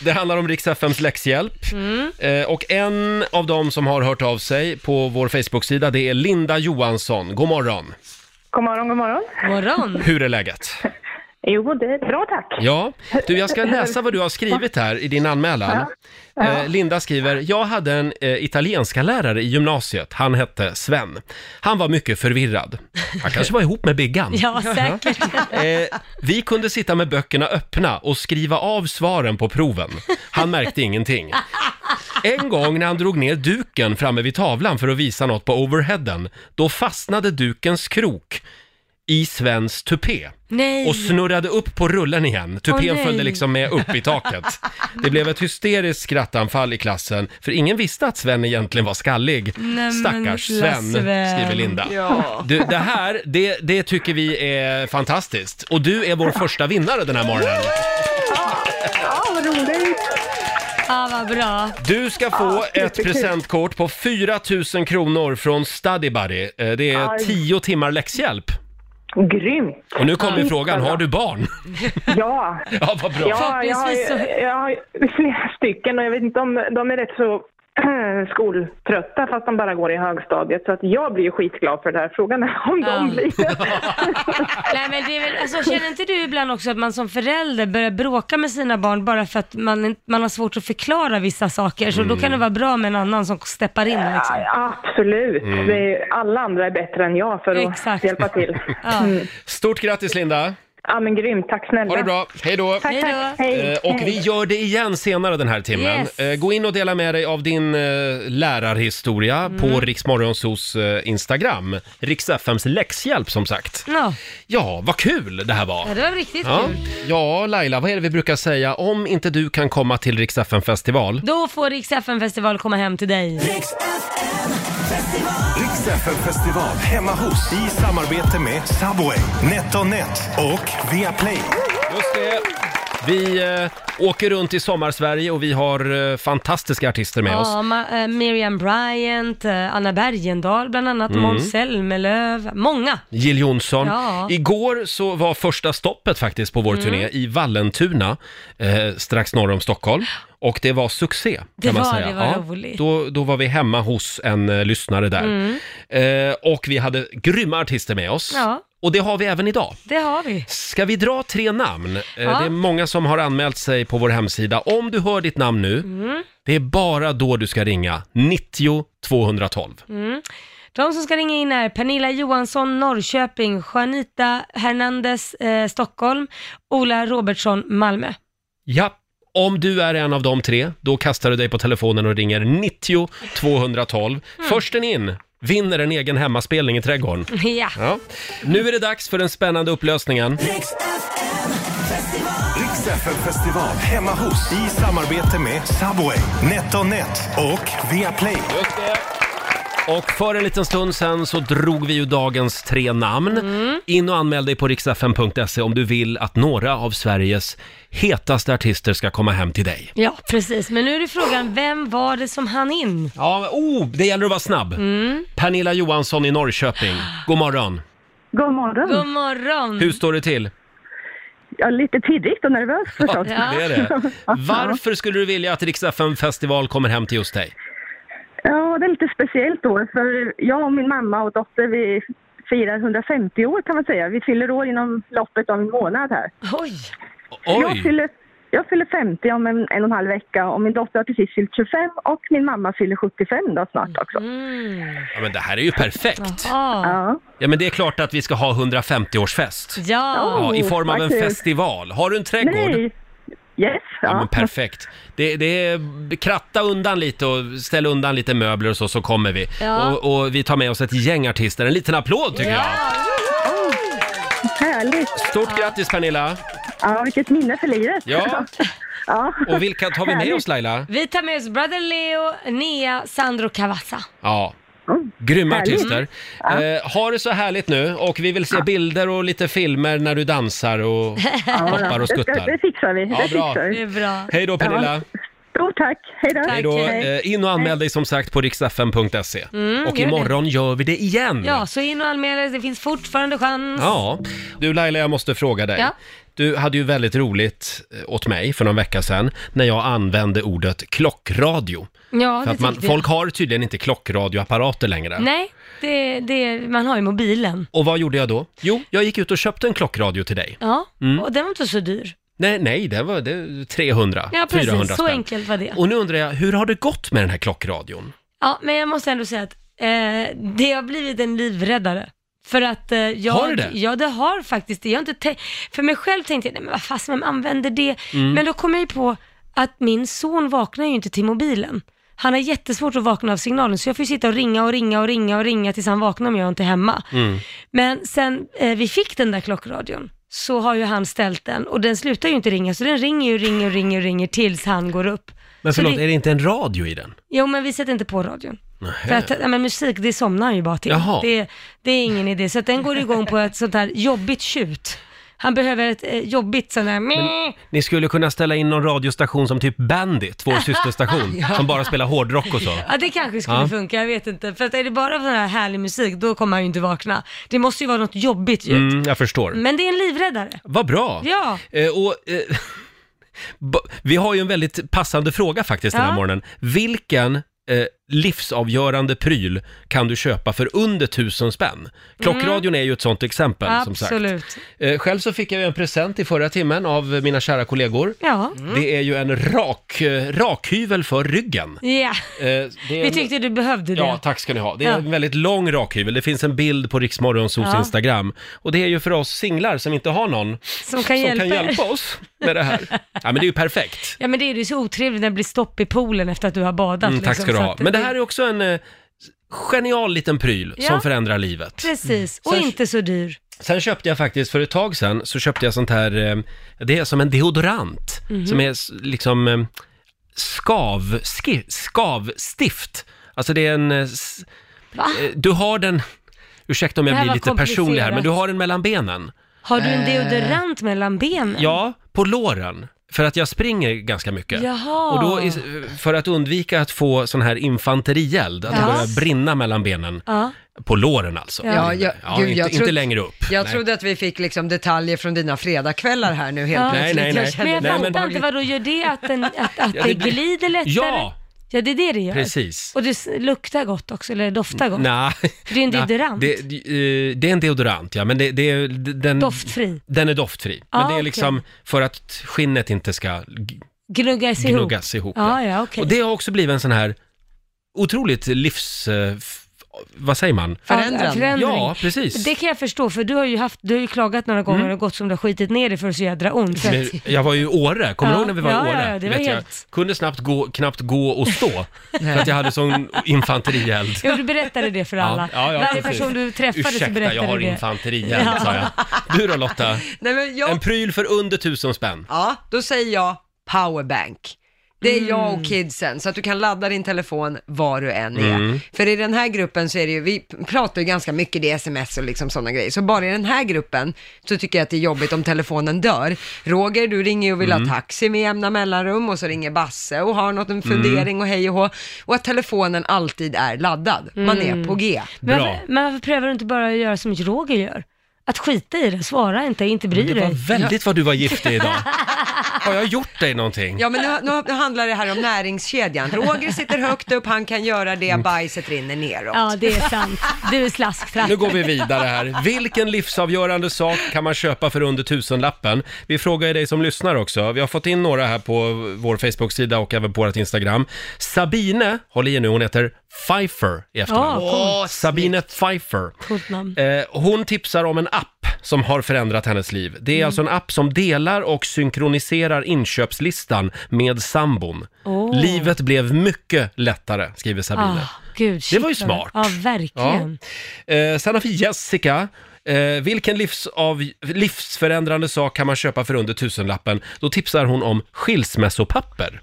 Det handlar om Rix FMs läxhjälp. Mm. Eh, och en av dem som har hört av sig på vår Facebook-sida, det är Linda Johansson. God morgon! God morgon, god morgon. morgon. Hur är läget? Jo, det är bra tack. Ja, du jag ska läsa vad du har skrivit här i din anmälan. Ja. Ja. Eh, Linda skriver, jag hade en eh, italienska lärare i gymnasiet, han hette Sven. Han var mycket förvirrad. Han kanske var ihop med Biggan. Ja, säkert. Eh, vi kunde sitta med böckerna öppna och skriva av svaren på proven. Han märkte ingenting. En gång när han drog ner duken framme vid tavlan för att visa något på overheaden, då fastnade dukens krok i Svens tupé Nej. och snurrade upp på rullen igen. Åh, Tupén nej. följde liksom med upp i taket. Det blev ett hysteriskt skrattanfall i klassen, för ingen visste att Sven egentligen var skallig. Nej, men Stackars lilla Sven, Sven. skriver Linda. Ja. Du, det här, det, det tycker vi är fantastiskt. Och du är vår första vinnare den här morgonen. Ja, vad roligt. Ah, vad bra. Du ska få Ja, ett superkul. presentkort på 4 000 kronor från Studybuddy. Eh, Det är Aj. 10 timmar läxhjälp. Grymt. Och nu kommer Ja. frågan, har du barn? Ja. Ja, vad bra. Ja, jag har, ju- jag har ju flera stycken och jag vet inte om de är rätt så skoltrötta fast de bara går i högstadiet. Så att jag blir ju skitglad för det här. Frågan är om de blir Nej, men det är väl, alltså, känner inte du ibland också att man som förälder börjar bråka med sina barn bara för att man, man har svårt att förklara vissa saker? Så då kan Mm. det vara bra med en annan som steppar in. Liksom. Absolut. Mm. Det är, alla andra är bättre än jag för att Exakt. hjälpa till. Mm. Stort grattis Linda! Ja men grymt, tack snälla. Ha det bra, hej då! Tack, tack. Eh, Och vi gör det igen senare den här timmen. Yes. Eh, Gå in och dela med dig av din eh, lärarhistoria Mm. på Riksmorgonsos eh, Instagram. Riks-FMs läxhjälp som sagt. Ja. Ja, vad kul det här var! Ja, det var riktigt Ja. kul. ja, Laila, vad är det vi brukar säga? Om inte du kan komma till Rix fm festival Då får Rix festival komma hem till dig. Rix FM festival hemma hos i samarbete med Subway, NetOnNet och Viaplay. Just det. Vi eh, åker runt i sommarsverige och vi har eh, fantastiska artister med oss. Ja, ma- eh, Miriam Bryant, eh, Anna Bergendahl bland annat, Mm. Måns Zelmerlöw, många. Jill Johnson. Ja. Igår så var första stoppet faktiskt på vår Mm. turné i Vallentuna, eh, strax norr om Stockholm. Och det var succé, kan Det man var säga. det, vad roligt. Då, då var vi hemma hos en eh, lyssnare där. Mm. Eh, och vi hade grymma artister med oss. Ja. Och det har vi även idag. Det har vi. Ska vi dra tre namn? Eh, Ja. Det är många som har anmält sig på vår hemsida. Om du hör ditt namn nu, Mm. det är bara då du ska ringa. 90 212. Mm. De som ska ringa in är Pernilla Johansson, Norrköping, Juanita Hernandez, eh, Stockholm, Ola Robertsson, Malmö. Ja, om du är en av de tre, då kastar du dig på telefonen och ringer 90 212. Försten in vinner en egen hemmaspelning i trädgården. Ja. Ja. Nu är det dags för den spännande upplösningen. Rix FM festival hemma hos i samarbete med Subway, NetOnNet och Viaplay. Och för en liten stund sen så drog vi ju dagens tre namn. In och anmäl dig på riksfm.se om du vill att några av Sveriges hetaste artister ska komma hem till dig. Ja, precis. Men nu är det frågan, vem var det som hann in? Ja, oh, det gäller att vara snabb. Mm. Pernilla Johansson i Norrköping, god morgon. God morgon. God morgon. Hur står det till? Ja, lite tidigt och nervös Ja, förstås. det är det. Varför skulle du vilja att Rix FM festival kommer hem till just dig? Ja, det är lite speciellt år för jag och min mamma och dotter vi firar 150 år kan man säga. Vi fyller år inom loppet av en månad här. Oj! Jag fyller, jag fyller 50 om en, en och en halv vecka och min dotter har precis fyllt 25 och min mamma fyller 75 då snart också. Mm. Ja, men det här är ju perfekt. Ja. Ja, men det är klart att vi ska ha 150-årsfest. Ja. I form av en Faktiskt. festival. Har du en trädgård? Oh, Nej. Yes, Ja, men ja. perfekt. Det, det är, kratta undan lite och ställ undan lite möbler och så, så kommer vi. Ja. Och, och vi tar med oss ett gäng artister. En liten applåd tycker Oh, Härligt. jag. Stort grattis Pernilla! Ja, vilket minne för livet. Ja. ja. Och vilka tar vi med oss Laila? Vi tar med oss Brother Leo, Nea, Sandro Cavazza. Ja. Grymma Mm. härligt. artister. Eh, ha det så härligt nu och vi vill se bilder och lite filmer när du dansar och hoppar och det, ska, skuttar. det fixar vi. Ja, det bra. fixar vi. Det är bra. Hej då Pernilla! Stort tack. Hej då. Hej då. Eh, in och anmäl dig som sagt på riksfm.se. Mm, och gör det. imorgon gör vi det igen! Ja, så in och anmäl er. Det finns fortfarande chans. Mm. Ja. Du Laila, jag måste fråga dig. Ja. Du hade ju väldigt roligt eh, åt mig för någon vecka sedan när jag använde ordet klockradio. Ja, för det att man, tyckte jag. folk har tydligen inte klockradioapparater längre. Nej, det, det, man har ju mobilen. Och vad gjorde jag då? Jo, jag gick ut och köpte en klockradio till dig. Ja, Mm. och den var inte så dyr. Nej, nej, det var det, 300, Ja, precis. 400 så spänn. enkelt var det. Och nu undrar jag, hur har det gått med den här klockradion? Ja, men jag måste ändå säga att eh, det har blivit en livräddare. För att eh, jag... Har det det? Ja, det har faktiskt det. Jag har inte tänkt... För mig själv tänkte jag, nej men vad fasen, vem använder det? Mm. Men då kom jag ju på att min son vaknar ju inte till mobilen. Han har jättesvårt att vakna av signalen, så jag får ju sitta och ringa och ringa och ringa och ringa tills han vaknar om jag inte är hemma. Mm. Men sen eh, vi fick den där klockradion så har ju han ställt den och den slutar ju inte ringa, så den ringer ju, ringer och ringer och ringer tills han går upp. Men Så förlåt, det- är det inte en radio i den? Jo, men vi sätter inte på radion. Nähä. För att, ja, men musik, det somnar han ju bara till. Jaha. Det, det är ingen idé. Så att den går igång på ett sånt här jobbigt tjut. Han behöver ett eh, jobbigt sånt här... Men... Ni skulle kunna ställa in någon radiostation som typ Bandit, vår systerstation, Ja. som bara spelar hårdrock och så. Ja, det kanske skulle Ja. funka, jag vet inte. För att är det bara sån här härlig musik, då kommer han ju inte vakna. Det måste ju vara något jobbigt ljud. Mm, jag förstår. Men det är en livräddare. Vad bra! Ja. Eh, och, eh, ba- vi har ju en väldigt passande fråga faktiskt den här Ja. morgonen. Vilken eh, livsavgörande pryl kan du köpa för under tusen spänn. Klockradion är ju ett sånt exempel som Mm. Absolut. sagt. Eh, Själv så fick jag ju en present i förra timmen av mina kära kollegor. Ja. Mm. Det är ju en rak, eh, rakhyvel för ryggen. Ja, Eh, det är vi en- tyckte du behövde det. Ja, tack ska ni ha. Det är Ja. en väldigt lång rakhyvel. Det finns en bild på Riksmorgonsos Ja. Instagram. Och det är ju för oss singlar som inte har någon Som kan hjälpa er. oss med det här. Ja, men det är ju perfekt. Ja men det är ju så otrevligt när det blir stopp i poolen efter att du har badat. Mm, tack liksom, ska du så ha. att Men det här är också en eh, genial liten pryl Ja. som förändrar livet. Precis, och inte så dyr. Sen köpte jag faktiskt, för ett tag sedan, så köpte jag sånt här, eh, det är som en deodorant, Mhm. som är s- liksom eh, skav, ski, skavstift. Alltså det är en... eh, s- Va? eh, Du har den, ursäkta om Det jag här blir var lite personlig komplicerat. här, Mm. men du har den mellan benen. Har du en Eh. deodorant mellan benen? Ja, på låren. För att jag springer ganska mycket. Jaha. Och då, is- för att undvika att få sån här infanterield, att Ja. det börjar brinna mellan benen. Ja. På låren alltså. Ja, jag- gud, inte, jag inte trodde- längre upp. Jag Nej. trodde att vi fick liksom detaljer från dina fredagskvällar här nu helt Ja. Nej, plötsligt. nej, nej. Men jag Nej, fattar men- inte, vad då gör det att, den, att, att det, Ja, det blir- glider lättare? Ja. Ja, det är det det gör. Precis. Och det s- luktar gott också, eller doftar gott. Nej. Det är en Nej, deodorant. Det, eh, det är en deodorant, ja. Men det, det, är- den, Doftfri. Den är doftfri. Men Ah, det är okej. liksom för att skinnet inte ska g- Gnuggas ihop. gnuggas ihop. Ja, ja, okej. Och det har också blivit en sån här otroligt livs... eh, f- Vad säger man? Ja, förändring. Ja, precis. Det kan jag förstå, för du har ju, haft, du har ju klagat några gånger Mm. och gått som du har skitit ner dig för så jädra ont. Så Men att- Jag var ju i Åre, kommer du Ja, ihåg när vi var ja, i Åre? ja, ja, det var Vet jag helt- kunde snabbt gå, knappt gå och stå, för att jag hade sån infanterield. Ja, du berättade det för alla. Varje precis. person du träffade Ursäkta, så berättade jag har det. infanterield, Ja. sa jag. Du då Lotta? Nej, men jag... En pryl för under tusen spänn. Ja, då säger jag powerbank. Det är jag Mm. och kidsen, så att du kan ladda din telefon var du än är. Mm. För i den här gruppen så är det ju, vi pratar ju ganska mycket i sms och liksom sådana grejer, så bara i den här gruppen så tycker jag att det är jobbigt om telefonen dör. Roger, du ringer ju och vill Mm. ha taxi med jämna mellanrum och så ringer Basse och har något, en Mm. fundering och hej och hå. Och att telefonen alltid är laddad, man är Mm. på G. Men varför, men varför prövar du inte bara att göra som Roger gör? Att skita i det, svara inte, inte bry Men det dig. var väldigt vad du var giftig idag. Har jag gjort dig någonting? Ja, men nu, nu, nu handlar det här om näringskedjan. Roger sitter högt upp, han kan göra det, bajset rinner neråt. Mm. Ja, det är sant. Du är slasktratt. Nu går vi vidare här. Vilken livsavgörande sak kan man köpa för under tusenlappen? Vi frågar ju dig som lyssnar också. Vi har fått in några här på vår Facebook-sida och även på vårt Instagram. Sabine, håll i er nu, hon heter Pfeiffer i efternamn. Ja, coolt. Sabine Pfeiffer. Coolt namn. Eh, hon tipsar om en app som har förändrat hennes liv. Det är Mm. alltså en app som delar och synkroniserar inköpslistan med sambon. Åh. Livet blev mycket lättare, skriver Sabine. Ah, gud, det var ju shit, vad- smart. Ja, verkligen. Ja. Eh, sen har vi Jessica. Eh, vilken livsav, livsförändrande sak kan man köpa för under tusenlappen? Då tipsar hon om skilsmässopapper.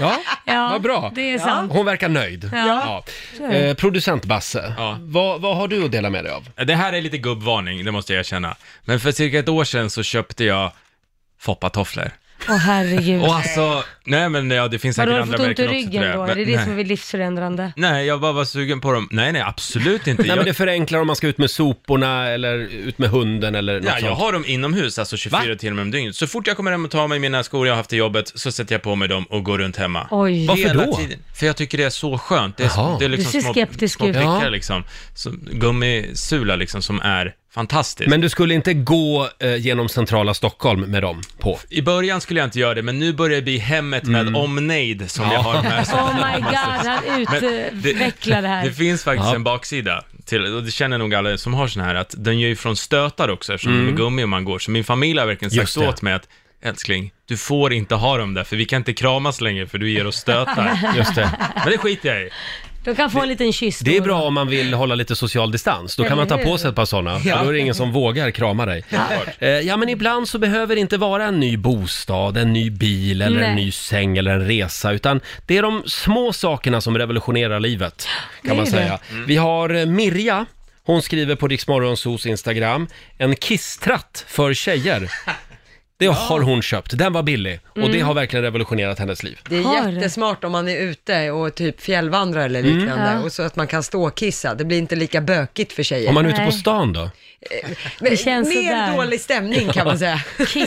Ja, Ja, vad bra. det är sant. Hon verkar nöjd. Ja. Eh, producent Basse, vad, vad har du att dela med dig av? Det här är lite gubbvarning, det måste jag erkänna. Men för cirka ett år sedan så köpte jag foppatofflor. Åh herregud. Och alltså, nej men ja, det finns Vadå, säkert har du andra fått ont i märken också ryggen tror jag. då? Men- Är det det nej. som är livsförändrande? Nej, jag bara var sugen på dem. Nej, nej, absolut inte. Nej, jag... men det förenklar om man ska ut med soporna eller ut med hunden eller något Ja, jag sånt. har dem inomhus, alltså 24 timmar om dygnet. Så fort jag kommer hem och tar mig mina skor jag har haft till jobbet, så sätter jag på mig dem och går runt hemma. Oj. Varför Hela då? Tiden. För jag tycker det är så skönt. Det Jaha. är, det är Du liksom ser små, skeptisk små ut. prickar Ja. liksom. Så, gummisula liksom, som är fantastiskt. Men du skulle inte gå eh, genom centrala Stockholm med dem på? I början skulle jag inte göra det, men nu börjar det bli hemmet med omnejd som Mm. Ja. jag har med Oh my god, han Men det- utvecklar det Det här. finns faktiskt Ja. en baksida till, och det känner nog alla som har sån här, att den gör ju från stötar också eftersom Mm. mm. de är gummi och man går. Så min familj har verkligen sagt Just det. åt mig att älskling, du får inte ha dem där för vi kan inte kramas längre för du ger oss stötar. Just det. Men det skiter jag i. De kan få en liten kyss Det är då. bra om man vill hålla lite social distans. Då kan man ta Eller hur? på sig ett par sådana. Ja. Då är det ingen som vågar krama dig. Eh, Ja, men ibland så behöver det inte vara en ny bostad, en ny bil eller en Nej. ny säng eller en resa, utan det är de små sakerna som revolutionerar livet, kan Det man är säga. det. Mm. Vi har eh, Mirja. Hon skriver på Riksmorgonsos Instagram, en kisstratt för tjejer. Det har hon köpt. Den var billig och det Mm. har verkligen revolutionerat hennes liv. Det är jättesmart om man är ute och typ fjällvandrar eller Mm. liknande Ja. och så att man kan ståkissa. Det blir inte lika bökigt för tjejer. Eh, Om man är ute på stan då? Men, känns mer sådär. dålig stämning kan man säga.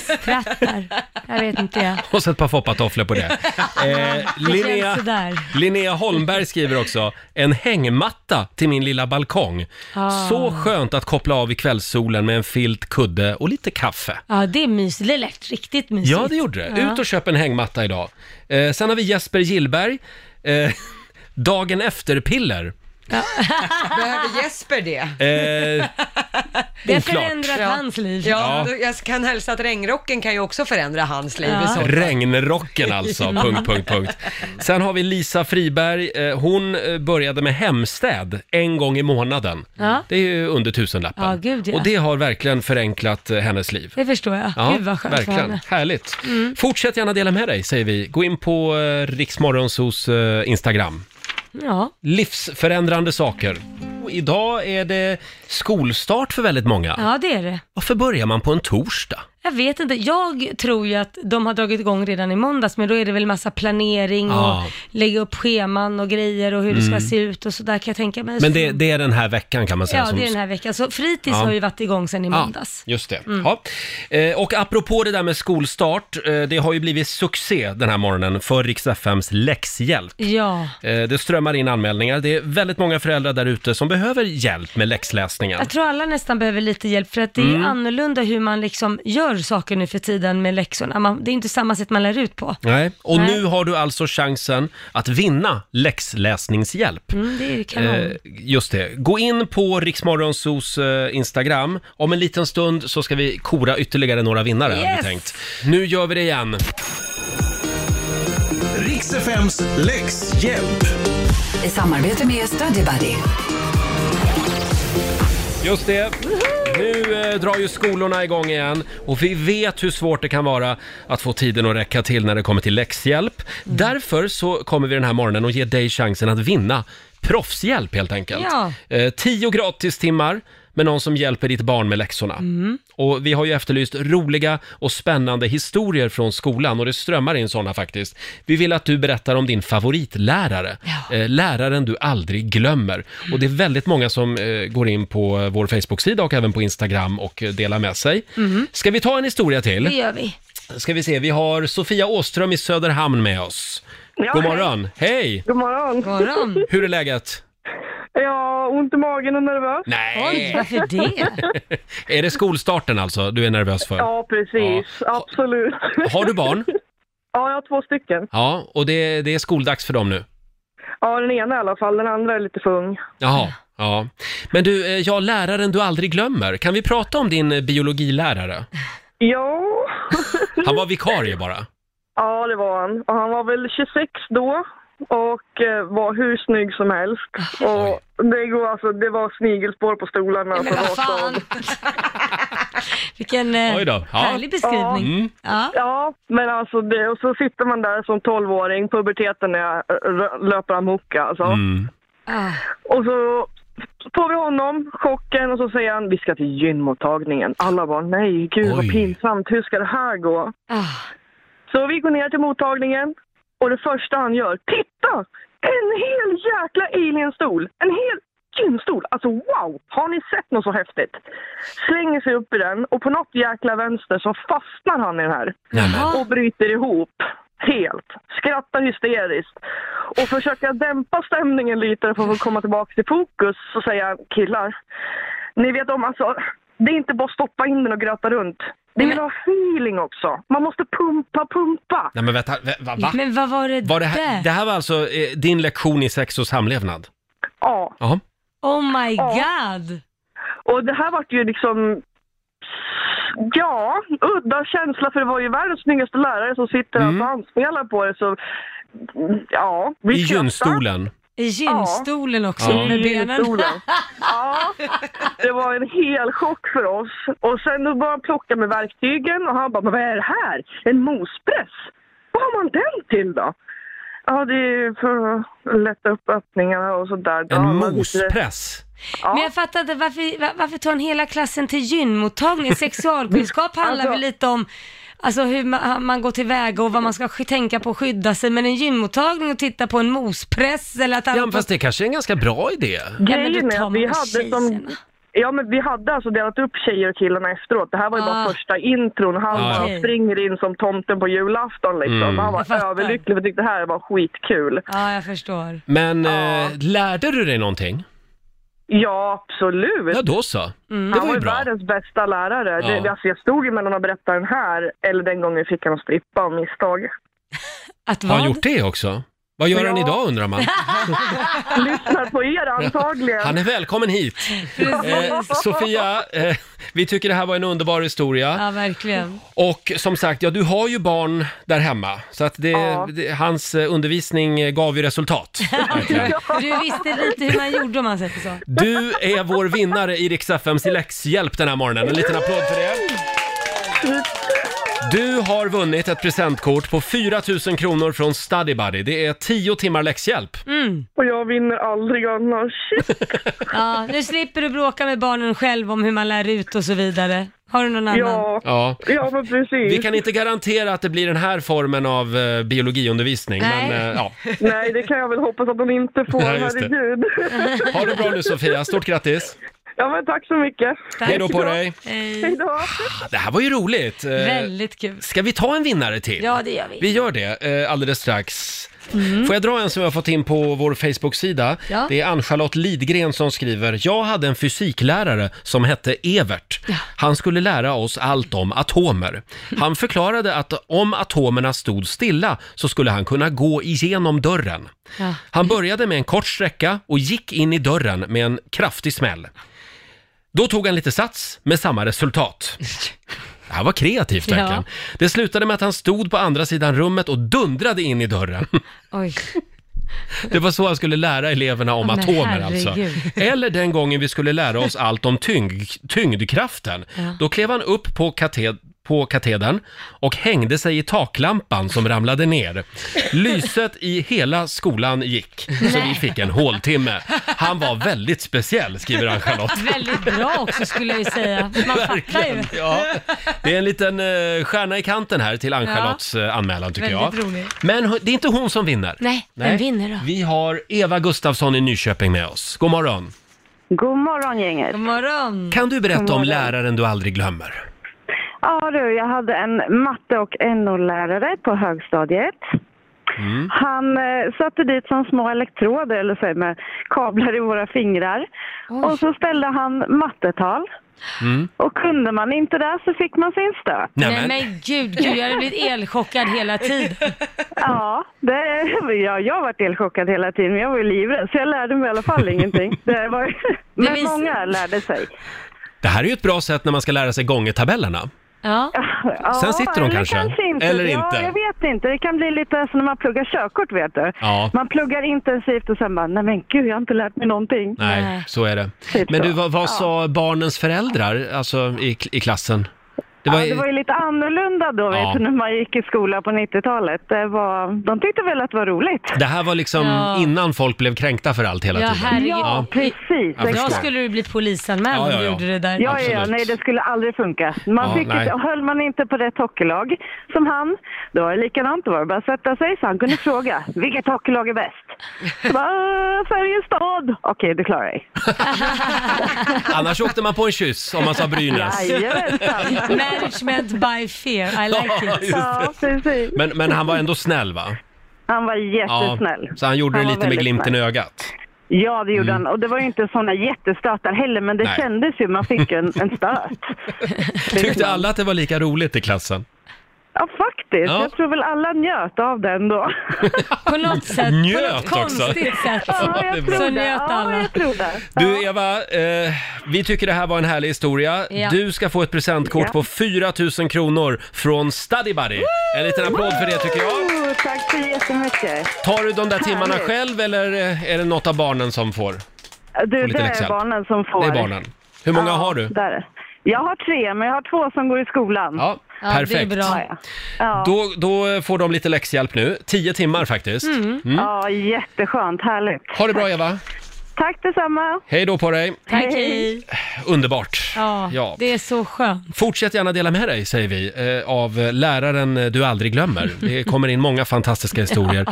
Kisstrattar. Jag vet inte jag. Och så ett par foppatofflor på det. Eh, Det känns Linnea, sådär. Linnea Holmberg skriver också, en hängmatta till min lilla balkong. Ah. Så skönt att koppla av i kvällssolen med en filt, kudde och lite kaffe. Ja, det är mysigt. Det lät riktigt mysigt. Ja, det gjorde det. Ja. Ut och köp en hängmatta idag. Eh, sen har vi Jesper Gillberg. Eh, dagen efter-piller. Behöver Jesper det? Eh, Det har oklart. förändrat hans liv. Ja, Ja. då- jag kan hälsa att regnrocken kan ju också förändra hans liv i så fall. Regnrocken alltså, Ja. punkt, punkt, punkt. Sen har vi Lisa Friberg. Eh, Hon eh, började med hemstäd en gång i månaden. Ja. Det är ju under tusenlappen. Ja, gud, ja. Och det har verkligen förenklat eh, hennes liv. Det förstår jag. Gud vad skönt för verkligen. henne. Härligt. Mm. Fortsätt gärna dela med dig, säger vi. Gå in på eh, Riksmorgonsos eh, Instagram. Ja. Livsförändrande saker. Och Idag är det skolstart för väldigt många. ja, det är det. Varför börjar man på en torsdag? Jag vet inte. Jag tror ju att de har dragit igång redan i måndags, men då är det väl massa planering Ja. och lägga upp scheman och grejer och hur det ska Mm. se ut och sådär kan jag tänka mig. Men Så- det, det är den här veckan kan man säga. Ja, som det är den här veckan. Så fritids Ja. har ju varit igång sedan i Ja, måndags. just det. Mm. Ja. Eh, och apropå det där med skolstart, eh, det har ju blivit succé den här morgonen för Rix FMs läxhjälp. Ja. Eh, det strömmar in anmälningar. Det är väldigt många föräldrar där ute som behöver hjälp med läxläsningen. Jag tror alla nästan behöver lite hjälp för att det Mm. är annorlunda hur man liksom gör saker nu för tiden med läxorna. Man, det är inte samma sätt man lär ut på. Nej. Och Nej. nu har du alltså chansen att vinna läxläsningshjälp. Mm, det är ju kanon. Eh, just det. Gå in på Riksmorgonsos eh, Instagram. Om en liten stund så ska vi kora ytterligare några vinnare, hade vi Yes! tänkt. Nu gör vi det igen. Riks-FMs läxhjälp. I samarbete med Studybuddy. Just det. Nu eh, drar ju skolorna igång igen och vi vet hur svårt det kan vara att få tiden att räcka till när det kommer till läxhjälp. Mm. Därför så kommer vi den här morgonen att ge dig chansen att vinna proffshjälp helt enkelt. Ja. Eh, tio gratistimmar med någon som hjälper ditt barn med läxorna. Mm. Och vi har ju efterlyst roliga och spännande historier från skolan och det strömmar in sådana faktiskt. Vi vill att du berättar om din favoritlärare, eh, läraren du aldrig glömmer. Och det är väldigt många som eh, går in på eh, vår Facebook-sida och även på Instagram och eh, delar med sig. Mhm. Ska vi ta en historia till? Det gör vi. Ska vi se, vi har Sofia Åström i Söderhamn med oss. Ja, God hej. morgon! Hej! God morgon. morgon. Hur är läget? Ja, ont i magen och nervös. Nej. Oj, varför det? Är det skolstarten alltså du är nervös för? Ja, precis. Absolut. Har du barn? Ja, jag har två stycken. Ja, och det, det är skoldags för dem nu? Ja, den ena i alla fall. Den andra är lite för ung. Jaha, ja. Men du, eh, ja, läraren du aldrig glömmer. Kan vi prata om din eh, biologilärare? Ja, Han var vikarie bara. ja det var han. Och han var väl 26 då och eh, var hur snygg som helst. Ah, Och det, går, alltså, det var snigelspår på stolarna. Men vad alltså, rakt av. fan. Vilken eh, Oj då. Ja. härlig beskrivning. Ja. Mm. Ja. Ja, men alltså det, och så sitter man där som 12-åring, puberteten är, r- löper amok alltså. Och så får vi honom, chocken, och så säger han vi ska till gynmottagningen. Alla bara nej, gud vad Oj. pinsamt, hur ska det här gå? Så vi går ner till mottagningen och det första han gör, titta! En hel jäkla alienstol! En hel gymstol! Alltså wow! Har ni sett något så häftigt? Slänger sig upp i den och på något jäkla vänster så fastnar han i den här. Och bryter ihop. Helt. Skrattar hysteriskt. Och försöker jag dämpa stämningen lite för att komma tillbaka till fokus så säger han killar, ni vet om alltså, det är inte bara att stoppa in den och gröta runt. Det vill ha feeling också. Man måste pumpa, pumpa. Nej men vänta, vä- va? va? Men vad var det, Var det, där? här, det här var alltså eh, din lektion i sex och samlevnad? Ja. Jaha. Oh my god! Och det här vart ju liksom, ja, udda känsla för det var ju världens snyggaste lärare som sitter mm. och anspelar på det så, ja. vi I skrattar. gynstolen? I gynstolen också, Ja. med benen. Gynstolen. Ja, det var en hel chock för oss. Och sen då började han plocka med verktygen och han bara, men vad är det här? En mospress? Vad har man den till då? Ja, det är för att lätta upp öppningarna och sådär. Då En har man lite- mospress. Men jag fattar inte, varför, va- varför tar han hela klassen till gynmottagning? Sexualkunskap handlar väl lite om alltså, hur man, man går tillväga och vad man ska sk- tänka på och skydda sig. Men en gynmottagning och titta på en mospress eller att han... Ja, men fast det kanske är en ganska bra idé. Grejen är att vi man hade som... Ja, men vi hade alltså delat upp tjejer och killarna efterat. Det här var ju Ah. bara första intron. Han Ah, bara ja. springer in som tomten på julafton liksom. Mm. Han Jag var överlycklig och tyckte det här var skitkul. Ja, jag förstår. Men eh, lärde du dig någonting? Ja, absolut. Ja, då så. Mm. Det Han var var ju ju bra. världens bästa lärare. Ja. Det, alltså jag stod ju mellan att berätta den här eller den gången fick han strippa av misstag. Att Har han gjort det också? Vad gör Ja. han idag undrar man? Lyssnar på er antagligen. Han är välkommen hit. Eh, Sofia, eh, vi tycker det här var en underbar historia. Ja, verkligen. Och som sagt, ja, du har ju barn där hemma, så att det, det, hans eh, undervisning eh, gav ju resultat. Du visste lite hur man gjorde om man säger så. Du är vår vinnare i Rix FMs läxhjälp den här morgonen. En liten applåd för det. Du har vunnit ett presentkort på 4 000 kronor från Studybuddy. Det är 10 timmar läxhjälp. Och jag vinner aldrig annars. Mm. Ja, nu slipper du bråka med barnen själv om hur man lär ut och så vidare. Har du någon annan? Ja, Ja. ja men precis. Vi kan inte garantera att det blir den här formen av eh, biologiundervisning, Nej. men eh, ja. Nej, det kan jag väl hoppas att de inte får. Ja, just det. Herregud. Ha det bra nu Sofia, stort grattis! Ja, men tack så mycket. Tack. Hej då på dig. Hej då. Ah, Det här var ju roligt! Eh, Väldigt kul. Ska vi ta en vinnare till? Ja, det gör vi. Mm. Vi gör det eh, alldeles strax. Får jag dra en som jag har fått in på vår Facebook-sida? Ja. Det är Ann-Charlotte Lidgren som skriver, jag hade en fysiklärare som hette Evert. Han skulle lära oss allt om atomer. Han förklarade att om atomerna stod stilla så skulle han kunna gå igenom dörren. Ja. Han började med en kort sträcka och gick in i dörren med en kraftig smäll. Då tog han lite sats med samma resultat. Det här var kreativt verkligen. Ja. Det slutade med att han stod på andra sidan rummet och dundrade in i dörren. Oj. Det var så han skulle lära eleverna om Men atomer herregud. alltså. Eller den gången vi skulle lära oss allt om tyngd, tyngdkraften. Ja. Då klev han upp på, kate, på katedern och hängde sig i taklampan som ramlade ner. Lyset i hela skolan gick, så vi fick en håltimme. Han var väldigt speciell, skriver Ann-Charlotte. Väldigt bra också skulle jag ju säga. Man fattar ju. Verkligen, ja. Det är en liten eh, stjärna i kanten här till Ann-Charlottes eh, anmälan tycker jag. Väldigt rolig. Men hu- det är inte hon som vinner. Nej, vem vinner då? Vi har Eva Gustafsson i Nyköping med oss. God morgon. God morgon gänget. God morgon. Mm. Kan du God berätta om morgon. läraren du aldrig glömmer? Ja du, jag hade en matte och NO-lärare på högstadiet. Mm. Han eh, satte dit som små elektroder, eller så här, med kablar i våra fingrar. Och så ställde han mattetal. Mm. Och kunde man inte det så fick man sin stöt. Nej men gud, gud jag hade blivit elchockad hela tiden. Ja, det, ja, jag har varit elchockad hela tiden, men jag var ju livrädd. Så jag lärde mig i alla fall ingenting. Det var, men vis- många lärde sig. Det här är ju ett bra sätt när man ska lära sig gångertabellerna. Ja. Sen sitter de eller kanske. inte. Eller ja, inte. jag vet inte. Det kan bli lite som när man pluggar körkort, vet du. Ja. Man pluggar intensivt och sen bara, nej men gud, jag har inte lärt mig någonting. Nej, så är det. Typ Men du, vad, vad sa barnens föräldrar, alltså i, i klassen? Det var, ja, det var ju lite annorlunda då, Ja. vet du, när man gick i skola på 90-talet. Det var, de tyckte väl att det var roligt. det här var liksom Ja. innan folk blev kränkta för allt hela Ja, tiden. herregud. Ja, precis. Jag förstår. Idag skulle du bli polisanmäld Ja, om ja, du ja. gjorde det där. Ja, ja, ja, nej det skulle aldrig funka. Man Ja, fick nej. inte, höll man inte på rätt hockeylag som han, då var det likadant. Då var det bara att sätta sig så han kunde fråga, vilket hockeylag är bäst? Så bara, "Äh, Färjestad! Okej, du klarar dig. Annars åkte man på en kyss om man sa Brynäs. Jajamensan. Management by fear, I Ja, like it. just det. precis. Men, men han var ändå snäll va? Han var jättesnäll. så han gjorde det var lite med väldigt glimten i snäll. ögat. Ja, det gjorde Mm. han. Och det var ju inte sådana jättestötar heller, men det Nej. kändes ju. Man fick ju en, en stöt. Tyckte alla att det var lika roligt i klassen? Ja, faktiskt. Ja. Jag tror väl alla njöt av den då. På något sätt, Njöt på något också. konstigt sätt. Ja, det är bra. så njöt alla. Du Eva, eh, vi tycker det här var en härlig historia. Ja. Du ska få ett presentkort Ja. på 4 000 kronor från Studybuddy. En liten applåd för det tycker jag. Oh, tack så jättemycket. Tar du de där timmarna Härligt. själv eller eh, är det något av barnen som får? Du, Får lite det är läxhjälp. barnen som får. Det är barnen. Hur många har du? Där. Jag har tre, men jag har två som går i skolan. Ja, Ja, det är perfekt. bra. Ja, ja. Då, då får de lite läxhjälp nu. Tio timmar faktiskt. Mm. Mm. ja jätteskönt. Härligt. Ha det bra Eva. Tack detsamma. Hej då på dig. Tack, hej. Underbart. Ja, Ja. det är så skönt. Fortsätt gärna dela med dig, säger vi, eh, av läraren du aldrig glömmer. Det kommer in många fantastiska historier.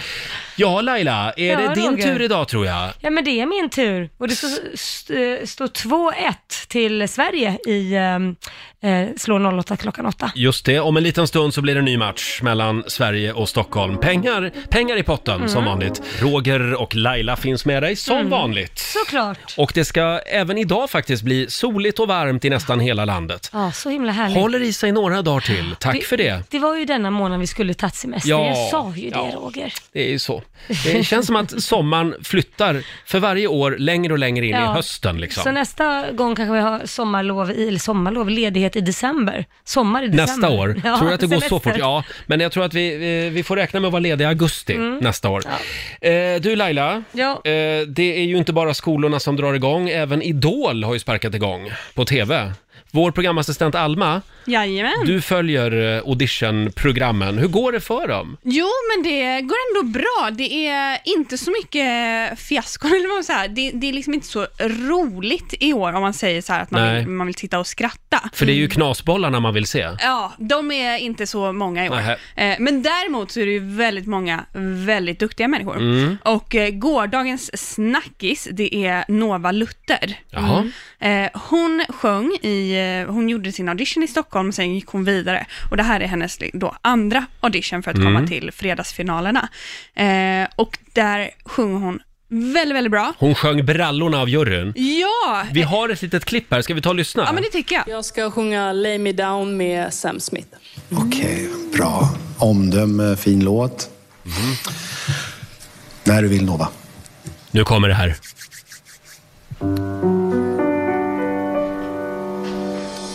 Ja, Laila, är Ja, det din Roger. tur idag tror jag? Ja men det är min tur och det står- st- eh, står 2-1 till Sverige i ehm, eh, Slå 08 klockan 8. Just det, om en liten stund så blir det en ny match mellan Sverige och Stockholm. Pengar, pengar i potten Mm. som vanligt. Roger och Laila finns med dig som vanligt. Såklart. Och det ska även idag faktiskt bli soligt och varmt i nästan hela landet. Ja, så himla härligt. Håller i sig några dagar till. Tack för det. Det var ju denna månad vi skulle tagit semester. Ja, Jag sa ju det ja. Roger. Det är ju så. Det känns som att sommaren flyttar för varje år längre och längre in Ja. i hösten liksom. Så nästa gång kanske vi har sommarlov, i, eller sommarlov, ledighet i december. Sommar i december. Nästa år. Ja, tror du att det går så semester. fort? Ja, men jag tror att vi, eh, vi får räkna med att vara lediga i augusti Mm. nästa år. Eh, du Laila, Ja. eh, det är ju inte bara skolorna som drar igång, även Idol har ju sparkat igång på TV. Vår programassistent Alma, Mm. Jajamän. du följer eh, auditionprogrammen. Hur går det för dem? Jo, men det går ändå bra. Det är inte så mycket fiaskon eller vad man säger. Det, det är liksom inte så roligt i år om man säger så här att man Nej. vill, man vill titta och skratta. För Mm. det är ju knasbollarna man vill se. Ja, de är inte så många i år. Nähä. Eh, Men däremot så är det ju väldigt många väldigt duktiga människor. Mm. Och eh, gårdagens snackis, det är Nova Lutter. Jaha. Eh, Hon sjöng i, eh, hon gjorde sin audition i Stockholm och sen gick hon vidare. Och det här är hennes li- då andra audition för att Mm. komma till fredagsfinalerna. Eh, Och där sjöng hon väldigt, väldigt bra. Hon sjöng brallorna av juryn. Ja! Vi har ett litet klipp här, ska vi ta och lyssna? Ja, men det tycker jag. Jag ska sjunga Lay Me Down med Sam Smith. Okej, bra. Omdöme, fin låt. Mm-hmm. När du vill, Nova. Nu kommer det här.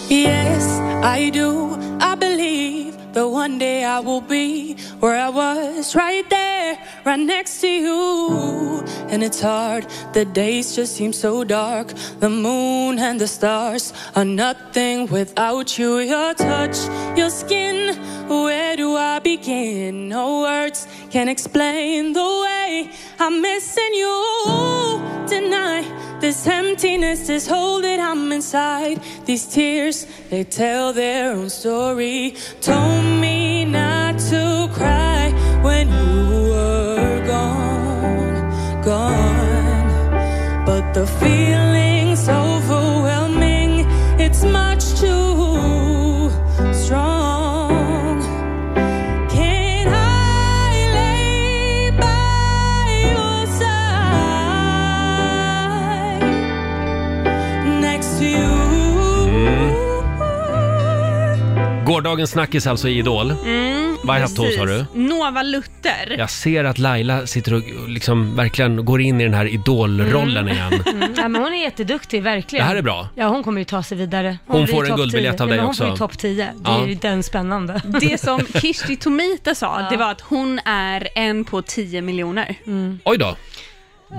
Yes, I do. I believe that one day I will be where I was, right there, right next to you. And it's hard, the days just seem so dark. The moon and the stars are nothing without you. Your touch, your skin, where do I begin? No words can explain the way I'm missing you tonight. This emptiness, this hole that I'm inside, these tears, they tell their own story. Told me not to cry when you were gone, gone. But the feeling's overwhelming, it's much too strong. Can I lay by your side next to you? Mm. Gårdagens snackis alltså i Idol. Mm, Vad hette hon, sa precis. Nova Lutter. Jag ser att Laila sitter och liksom verkligen går in i den här idolrollen igen. Mm. Ja, men hon är jätteduktig, verkligen. Det här är bra. Ja, hon kommer ju ta sig vidare. Hon blir får ju en topp guldbiljett 10. av Nej, men dig Hon också. får ju topp 10. Det Ja. är ju den spännande. Det som Kirsti Tomita sa, det var att hon är en på 10 miljoner. Mm. Oj då!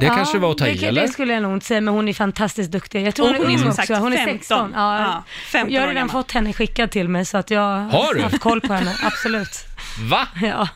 Det kanske var att ta det, i, kan- eller? Det skulle jag nog inte säga, men hon är fantastiskt duktig. Jag tror hon, Och är hon är ung som också. sagt hon är 15. 16. Ja. Ja, 15 jag har år redan gammal. fått henne skickad till mig, så att jag Har du? haft koll på henne. Absolut. Va? Ja.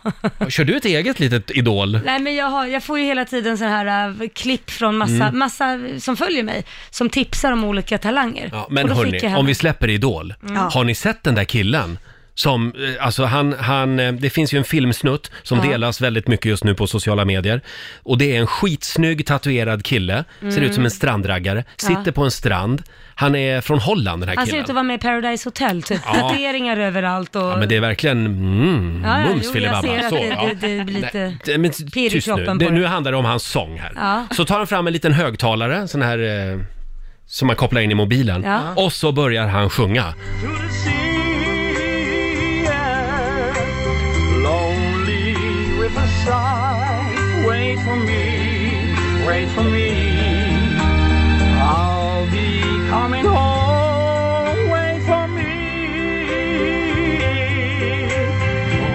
Kör du ett eget litet idol? Nej, men jag, har, jag får ju hela tiden sån här äh, klipp från massa, Mm. massa som följer mig, som tipsar om olika talanger. Ja, Och men då fick jag hörni, henne. om vi släpper Idol. Mm. Har ni sett den där killen? Som, eh, alltså han, han, eh, det finns ju en filmsnutt som Ja. delas väldigt mycket just nu på sociala medier. Och det är en skitsnygg tatuerad kille, ser Mm. ut som en strandraggare, Ja. sitter på en strand. Han är från Holland den här Han ser killen. ut att vara med i Paradise Hotel, typ. Ja. Tatueringar överallt och... Ja men det är verkligen mm, Ja, ja, mums jo, filibabba. Jag ser Så, att ja. det, det, det blir lite... Det- Men i tyst nu. kroppen Det, på nu det. handlar det om hans sång här. Ja. Så tar han fram en liten högtalare, sån här eh, som man kopplar in i mobilen. Ja. Och så börjar han sjunga. Lonely riverside, wait for me, wait for me. I'll be coming home, wait for me.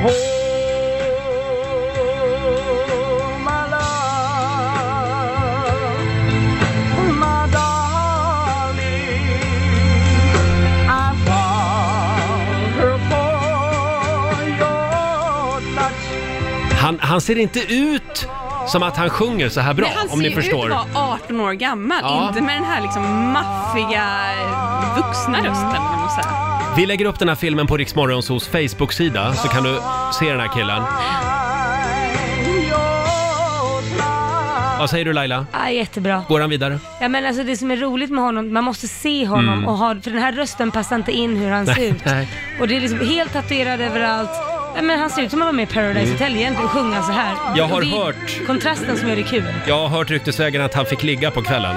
Home, my love, my darling. I Han, han ser inte ut som att han sjunger så här bra, Men han om ni ser förstår. ut att vara 18 år gammal, Ja. inte med den här liksom maffiga eh, vuxna rösten. kan man säga. Vi lägger upp den här filmen på Riksmorgonsos Facebook-sida så kan du se den här killen. Vad säger du Laila? Ah, jättebra. Går han vidare? Ja, men alltså det som är roligt med honom, man måste se honom Mm. och ha, för den här rösten passar inte in hur han ser ut. Nej. Och det är liksom helt tatuerad överallt. Ja, men han ser ut som om han var med i Paradise Mm. Hotel egentligen och sjunga så här. Jag Och har det är hört- kontrasten som gör det kul. Jag har hört ryktesvägen att han fick ligga på kvällen.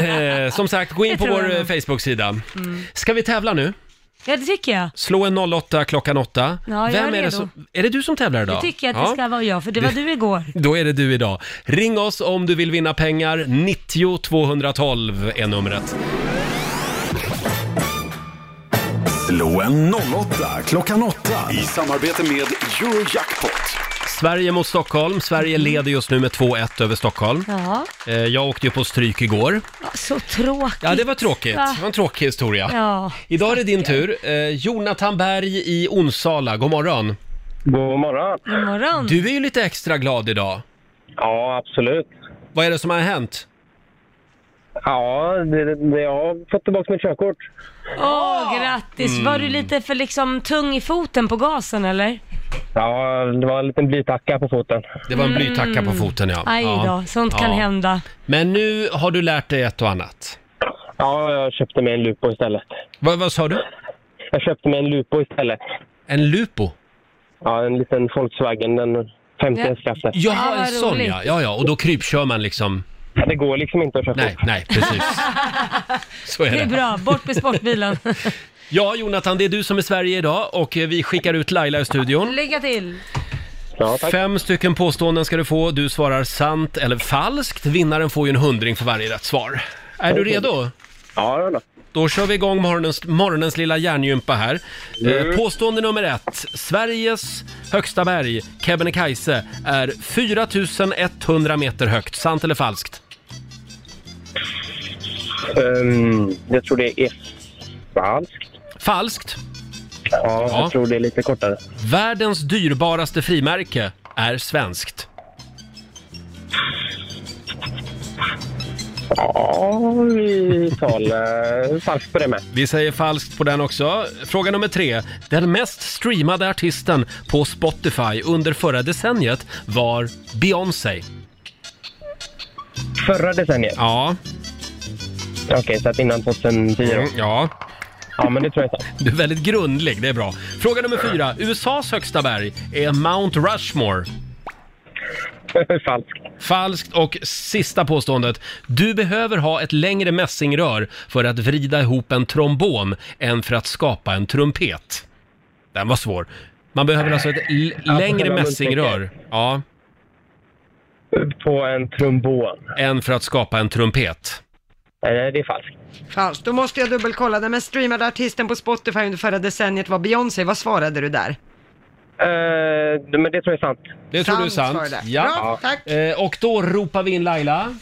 Eh, som sagt, gå in Det på tror vår jag. eh, Facebook-sida. Mm. Ska vi tävla nu? Ja, det tycker jag. Slå en 08 klockan 8. Ja, jag är Vem är, det redo. som, är det du som tävlar idag? Det tycker jag att det Ja. ska vara jag, för det var Det- du igår. Då är det du idag. Ring oss om du vill vinna pengar. 90 212 är numret. Slå en 08 klockan 8 i samarbete med Eurojackpot. Sverige mot Stockholm. Sverige leder just nu med 2-1 över Stockholm. Ja, Eh, Jag åkte ju på stryk igår. så tråkigt. Ja, det var tråkigt. Va? Det var en tråkig historia. Ja. Idag är det din tur. Eh, Jonathan Berg i Onsala, god morgon. God morgon. God morgon. Du är ju lite extra glad idag. Ja, absolut. Vad är det som har hänt? Ja, det, det, jag har fått tillbaka mitt körkort. Åh, grattis. Mm. Var du lite för liksom tung i foten på gasen eller? Ja, det var en liten blytacka på foten. Det var en blytacka på foten, ja. Mm. Aj ja. då, sånt kan Ja. hända. Men nu har du lärt dig ett och annat. Ja, jag köpte mig en Lupo istället. Vad, vad sa du? Jag köpte mig en Lupo istället. En Lupo? Ja, en liten Volkswagen, den 50 Ja. hästkrafter. Jaha, en sån ja. ja, ja. Och då krypkör man liksom. Det går liksom inte att köpa. Nej, nej, precis. Så är Det är det. bra, bort med sportbilen. Ja, Jonathan, det är du som är Sverige idag och eh, vi skickar ut Laila ur studion. Lycka till. Fem stycken påståenden ska du få. Du svarar sant eller falskt. Vinnaren får ju en hundring för varje rätt svar. Är du Okej. redo? Ja, jag är redo. Då kör vi igång morgonens, morgonens lilla hjärngympa här. Eh, Mm. påstående nummer ett. Sveriges högsta berg, Kebnekaise, är 4100 meter högt. Sant eller falskt? Ehm, jag tror det är falskt. Falskt? Ja, Ja. jag tror det är lite kortare. Världens dyrbaraste frimärke är svenskt. Ja, vi tar eh, falskt på det med. Vi säger falskt på den också. Fråga nummer tre. Den mest streamade artisten på Spotify under förra decenniet var Beyoncé. Förra decenniet? Ja. Okej, så att innan 2010 Mm, Ja. Ja, men det tror jag är sant. Du är väldigt grundlig, det är bra. Fråga nummer fyra. USAs högsta berg är Mount Rushmore. Falskt. Falskt. Och sista påståendet. Du behöver ha ett längre mässingrör för att vrida ihop en trombon än för att skapa en trumpet. Den var svår. Man behöver alltså ett l- Ja, längre själva mässingrör. munstycket. Ja. På en trombon. Än för att skapa en trumpet. Nej, det är falskt. Falskt. Då måste jag dubbelkolla. Den mest streamade artisten på Spotify under förra decenniet var Beyoncé. Vad svarade du där? Eh, men det tror jag är sant. Det tror du är sant. svarade. Ja. Bra, tack. Eh, och då ropar vi in Laila.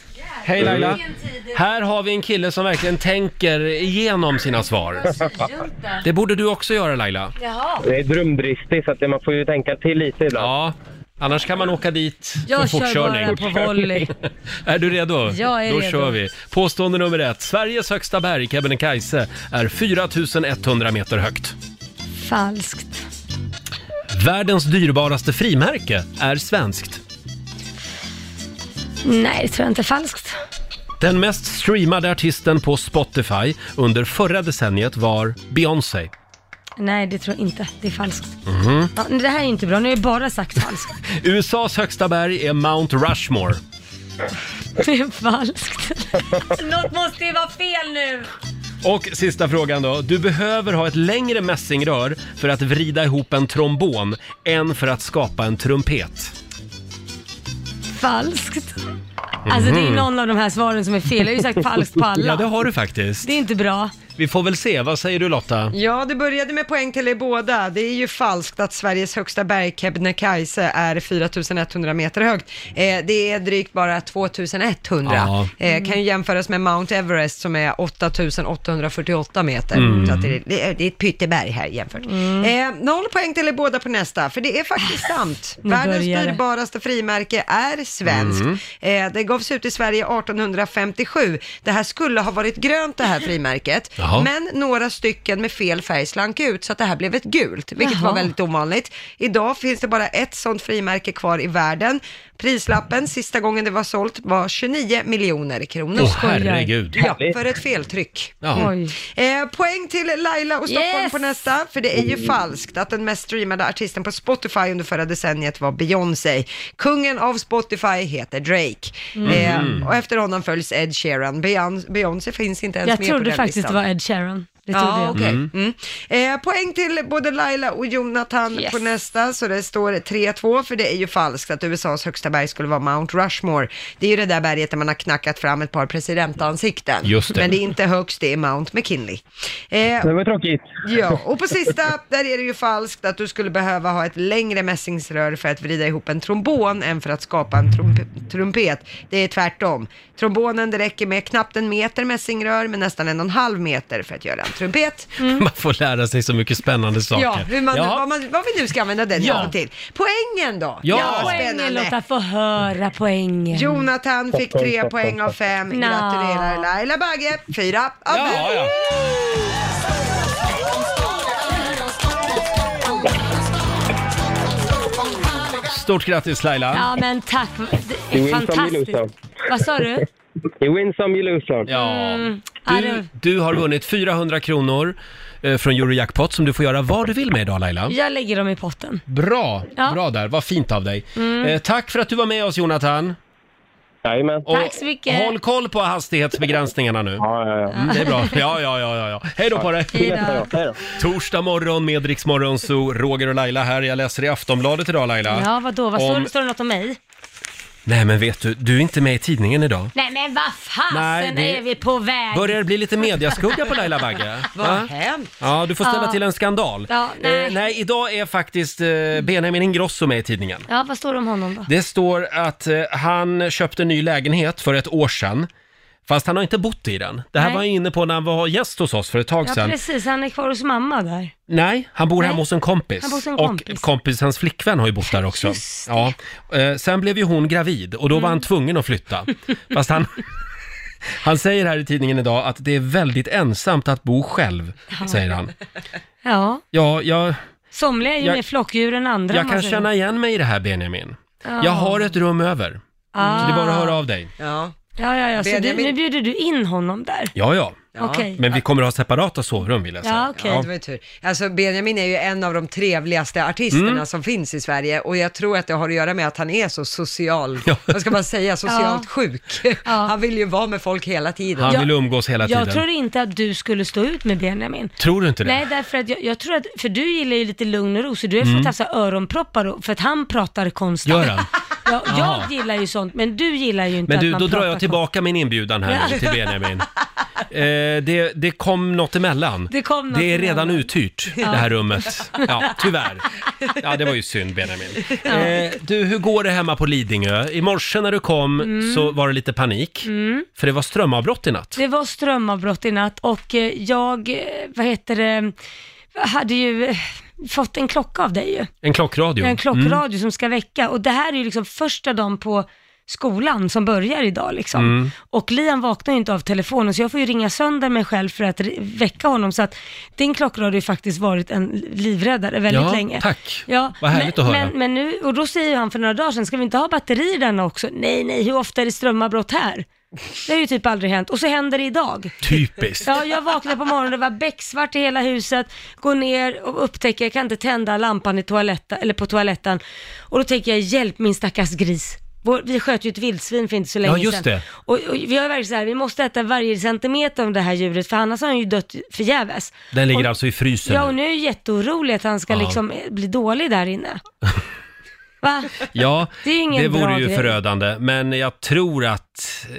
Hej Mm. Laila. Vilken tid Här har vi en kille som verkligen tänker igenom sina svar. Det borde du också göra Laila. Jaha. Det är drömdristigt, så att det- man får ju tänka till lite ibland. Ja, annars kan man åka dit Jag för kör fortkörning. bara på volley. är du redo? Jag är då redo. kör vi. Påstående nummer ett. Sveriges högsta berg, Kebnekaise, är 4100 meter högt. Falskt. Världens dyrbaraste frimärke är svenskt. Nej, det tror jag inte är falskt. Den mest streamade artisten på Spotify under förra decenniet var Beyoncé. Nej, det tror jag inte. Det är falskt. Mhm. Ja, det här är inte bra, nu har jag bara sagt falskt. USAs högsta berg är Mount Rushmore. Det är falskt. Något måste ju vara fel nu. Och sista frågan då. Du behöver ha ett längre mässingrör för att vrida ihop en trombon än för att skapa en trumpet. Falskt. Alltså det är Mhm. någon av de här svaren som är fel. Jag har ju sagt falskt på alla. Ja, det har du faktiskt. Det är inte bra. Vi får väl se, vad säger du Lotta? Ja, det började med poäng till er båda. Det är ju falskt att Sveriges högsta berg, Kebnekaise, är 4100 meter högt. Eh, det är drygt bara 2100. Ja. Eh, kan ju jämföras med Mount Everest som är 8848 meter. Mm. Så att det, är, det är det är ett pytteberg här jämfört. Eh, noll poäng till er båda på nästa, för det är faktiskt sant. Ah. Nu Världens börjar det. dyrbaraste frimärke är svenskt. Mm. Eh, det gavs ut i Sverige 1857. Det här skulle ha varit grönt det här frimärket, Jaha. men några stycken med fel färg slank ut så att det här blev ett gult, vilket Jaha. var väldigt ovanligt. Idag finns det bara ett sånt frimärke kvar i världen. Prislappen sista gången det var sålt var 29 miljoner kronor. Åh, herregud. Ja, för ett feltryck. Ja. Mm. Eh, poäng till Laila och Stockholm på nästa, för det är ju falskt att den mest streamade artisten på Spotify under förra decenniet var Beyoncé. Kungen av Spotify heter Drake. Mm. Eh, och efter honom följs Ed Sheeran. Beyon- Beyoncé finns inte ens Jag med på den trodde faktiskt listan. det var Ed Sheeran. Det trodde Ja, jag. okej. Mm. Eh, poäng till både Laila och Jonathan på nästa, så det står 3-2, för det är ju falskt att USAs högsta berg skulle vara Mount Rushmore. Det är ju det där berget där man har knackat fram ett par presidentansikten. Just det. Men det är inte högst, det är Mount McKinley. Eh, Det var tråkigt. Ja, och på sista, där är det ju falskt att du skulle behöva ha ett längre mässingsrör för att vrida ihop en trombon än för att skapa en trump- trumpet. Det är tvärtom. Trombonen, det räcker med knappt en meter mässingrör, men nästan en och en halv meter för att göra en trumpet. Man får lära sig så mycket spännande Mm. saker. Ja, hur man, Ja. vad, man, vad vi nu ska använda den Ja. ja. till. Poängen då? Ja. Poängen Lotta, få höra poängen. Jonathan fick tre poäng av fem. Nå. Gratulerar Laila Bagge, fyra av Ja, fem. ja. Stort grattis Laila! Ja men tack, det You är win some, you fantastiskt. lose some. Vad sa du? You win some, you lose some. Ja. Mm. Ja, Du, det- du har vunnit 400 kronor eh, från Eurojackpot som du får göra vad du vill med idag Laila. Jag lägger dem i potten. Bra, Ja. bra där. Vad fint av dig. Mm. Eh, tack för att du var med oss Jonathan. Jajamän. Tack så mycket. Håll koll på hastighetsbegränsningarna nu. Ja, ja, ja. Mm, det är bra. Ja, ja, ja, ja, ja. Hej då på dig. Hej då. Torsdag morgon med Rix Morgon, så Roger och Laila här. Jag läser i Aftonbladet idag Laila. Ja vadå, vad står, Om- står det något om mig? Nej men vet du, du är inte med i tidningen idag. Nej men vad Nej, fasen det- är vi på väg? Börjar det bli lite mediaskugga på Laila Bagge? Vad Va? har hänt? Ja, du får ställa Ja. till en skandal. Ja, nej. Eh, nej, idag är faktiskt eh, Benjamin Ingrosso med i tidningen. Ja vad står det om honom då? Det står att eh, han köpte en ny lägenhet för ett år sedan. Fast han har inte bott i den. Det här Nej. var han inne på när han var gäst hos oss för ett tag Ja sedan. precis, han är kvar hos mamma där. Nej, han bor Nej. hemma hos en kompis. Han bor hos en kompis. Och kompisens flickvän har ju bott där också. Ja. Eh, Sen blev ju hon gravid och då Mm. var han tvungen att flytta. Fast han... Han säger här i tidningen idag att det är väldigt ensamt att bo själv, Ja. säger han. Ja, Ja, jag, somliga är ju Jag- mer flockdjur än andra. om jag man kan säger. känna igen mig i det här Benjamin. Ja. Jag har ett rum över. Så det är bara att Ah. höra av dig. Ja, Ja, ja, ja, så du, Benjamin- nu bjuder du in honom där? Ja, ja. Okej. Men vi kommer att ha separata sovrum vill jag säga. Ja, okej. Det var ju tur. Alltså Benjamin är ju en av de trevligaste artisterna Mm. som finns i Sverige och jag tror att det har att göra med att han är så social, vad ska man säga, socialt Ja. sjuk. Han vill ju vara med folk hela tiden. Han vill umgås hela tiden. Jag tror inte att du skulle stå ut med Benjamin. Tror du inte det? Nej, därför att jag, jag tror att, för du gillar ju lite lugn och ro, så du har ju Mm. fått haft så här öronproppar och- för att han pratar konstant. Gör han? Ja, Jaha. jag gillar ju sånt, men du gillar ju inte Men att du, man då drar pratar jag tillbaka min inbjudan här nu Ja. till Benjamin. Eh, det, det kom något emellan. Det kom något är redan emellan. uthyrt, Ja. det här rummet. Ja, tyvärr. Ja, det var ju synd Benjamin. Ja. Eh, du, hur går det hemma på Lidingö? I morse när du kom Mm. så var det lite panik, Mm. för det var strömavbrott i natt. Det var strömavbrott i natt och eh, jag, eh, vad heter det, hade ju eh, fått en klocka av dig ju. En klockradio. En klockradio Mm. som ska väcka och det här är ju liksom första dagen på skolan som börjar idag liksom. Mm. Och Liam vaknar ju inte av telefonen så jag får ju ringa sönder mig själv för att re- väcka honom. Så att din klockradio har ju faktiskt varit en livräddare väldigt Ja, länge. tack. Ja, Vad härligt men, att höra. Men, men nu, och då säger ju han för några dagar sedan, ska vi inte ha batteri i den också? Nej, nej, hur ofta är det strömavbrott här? Det har ju typ aldrig hänt och så händer det idag. Typiskt. Ja, jag vaknade på morgonen, det var becksvart i hela huset, går ner och upptäcker, jag kan inte tända lampan i toaletten, eller på toaletten. Och då tänker jag, hjälp min stackars gris. Vår, vi sköt ju ett vildsvin för inte så länge Ja, just sedan. det. Och, och vi har ju verkligen så här, vi måste äta varje centimeter av det här djuret, för annars har han ju dött förgäves. Den ligger och, alltså i frysen Ja, och nu. nu är jag jätteorolig att han ska Ja. liksom eh, bli dålig där inne. Va? Ja, Det är ingen det vore bra ju grej. förödande. Men jag tror att eh,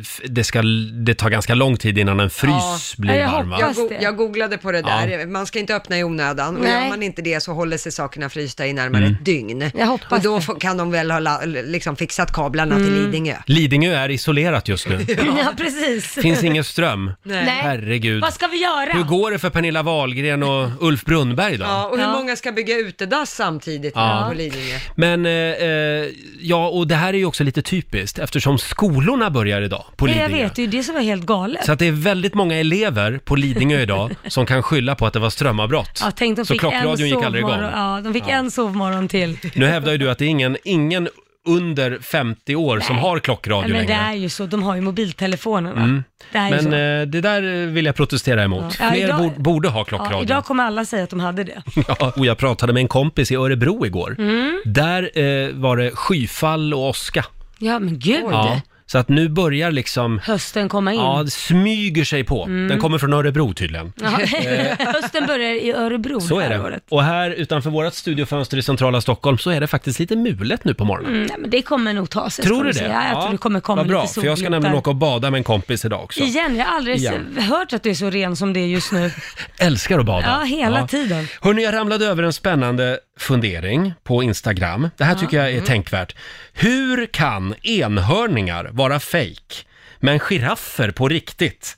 f- det, ska, det tar ganska lång tid innan en frys blir varm. va? jag, go- jag googlade på det Ja. där. Man ska inte öppna i onödan. Och Nej. gör man inte det så håller sig sakerna frysta i närmare Mm. ett dygn. Jag hoppas och då får- kan de väl ha la- liksom fixat kablarna till Mm. Lidingö. Lidingö är isolerat just nu. Ja, precis. Finns ingen ström. Nej. Herregud. Vad ska vi göra? Hur går det för Pernilla Wahlgren och Ulf Brunnberg då? Ja, och hur många ska bygga utedass samtidigt Ja. på Lidingö? Men, eh, eh, ja, och det här är ju också lite typiskt eftersom skolorna börjar idag på Ja, Lidingö. jag vet, det är ju det som är helt galet. Så att det är väldigt många elever på Lidingö idag som kan skylla på att det var strömavbrott. ja, tänk, de så fick en klockradion gick aldrig igång. sovmorgon. Ja, de fick en sovmorgon till. Nu hävdar ju du att det är ingen, ingen under 50 år som har klockradio Nej, men det längre. är ju så, de har ju mobiltelefonerna. Mm. Det är ju Men så. eh, det där eh, vill jag protestera emot. Ja. Ja, Fler idag- bor- borde ha Ja, klockradio. idag kommer alla säga att de hade det. Ja, och jag pratade med en kompis i Örebro igår. Mm. Där eh, var det skyfall och åska. Ja, men gud. Ja, så att nu börjar liksom... Hösten komma in. Ja, det smyger sig på. Mm. Den kommer från Örebro tydligen. Jaha. Eh, Hösten börjar i Örebro Så det är här det. året. Och här utanför vårt studiofönster i centrala Stockholm så är det faktiskt lite mulet nu på morgonen. Mm, nej, men det kommer nog ta sig. Tror skulle du jag det? säga. Ja, jag tror det kommer komma Vad bra, lite för jag ska nämligen solglimtar. åka och bada med en kompis idag också. Igen, jag har aldrig Igen. s- hört att du är så ren som det är just nu. Älskar att bada. Ja, hela tiden. Hörrni, jag ramlade över en spännande fundering på Instagram. Det här Ja. tycker jag är Mm. tänkvärt. Hur kan enhörningar vara fejk, men giraffer på riktigt?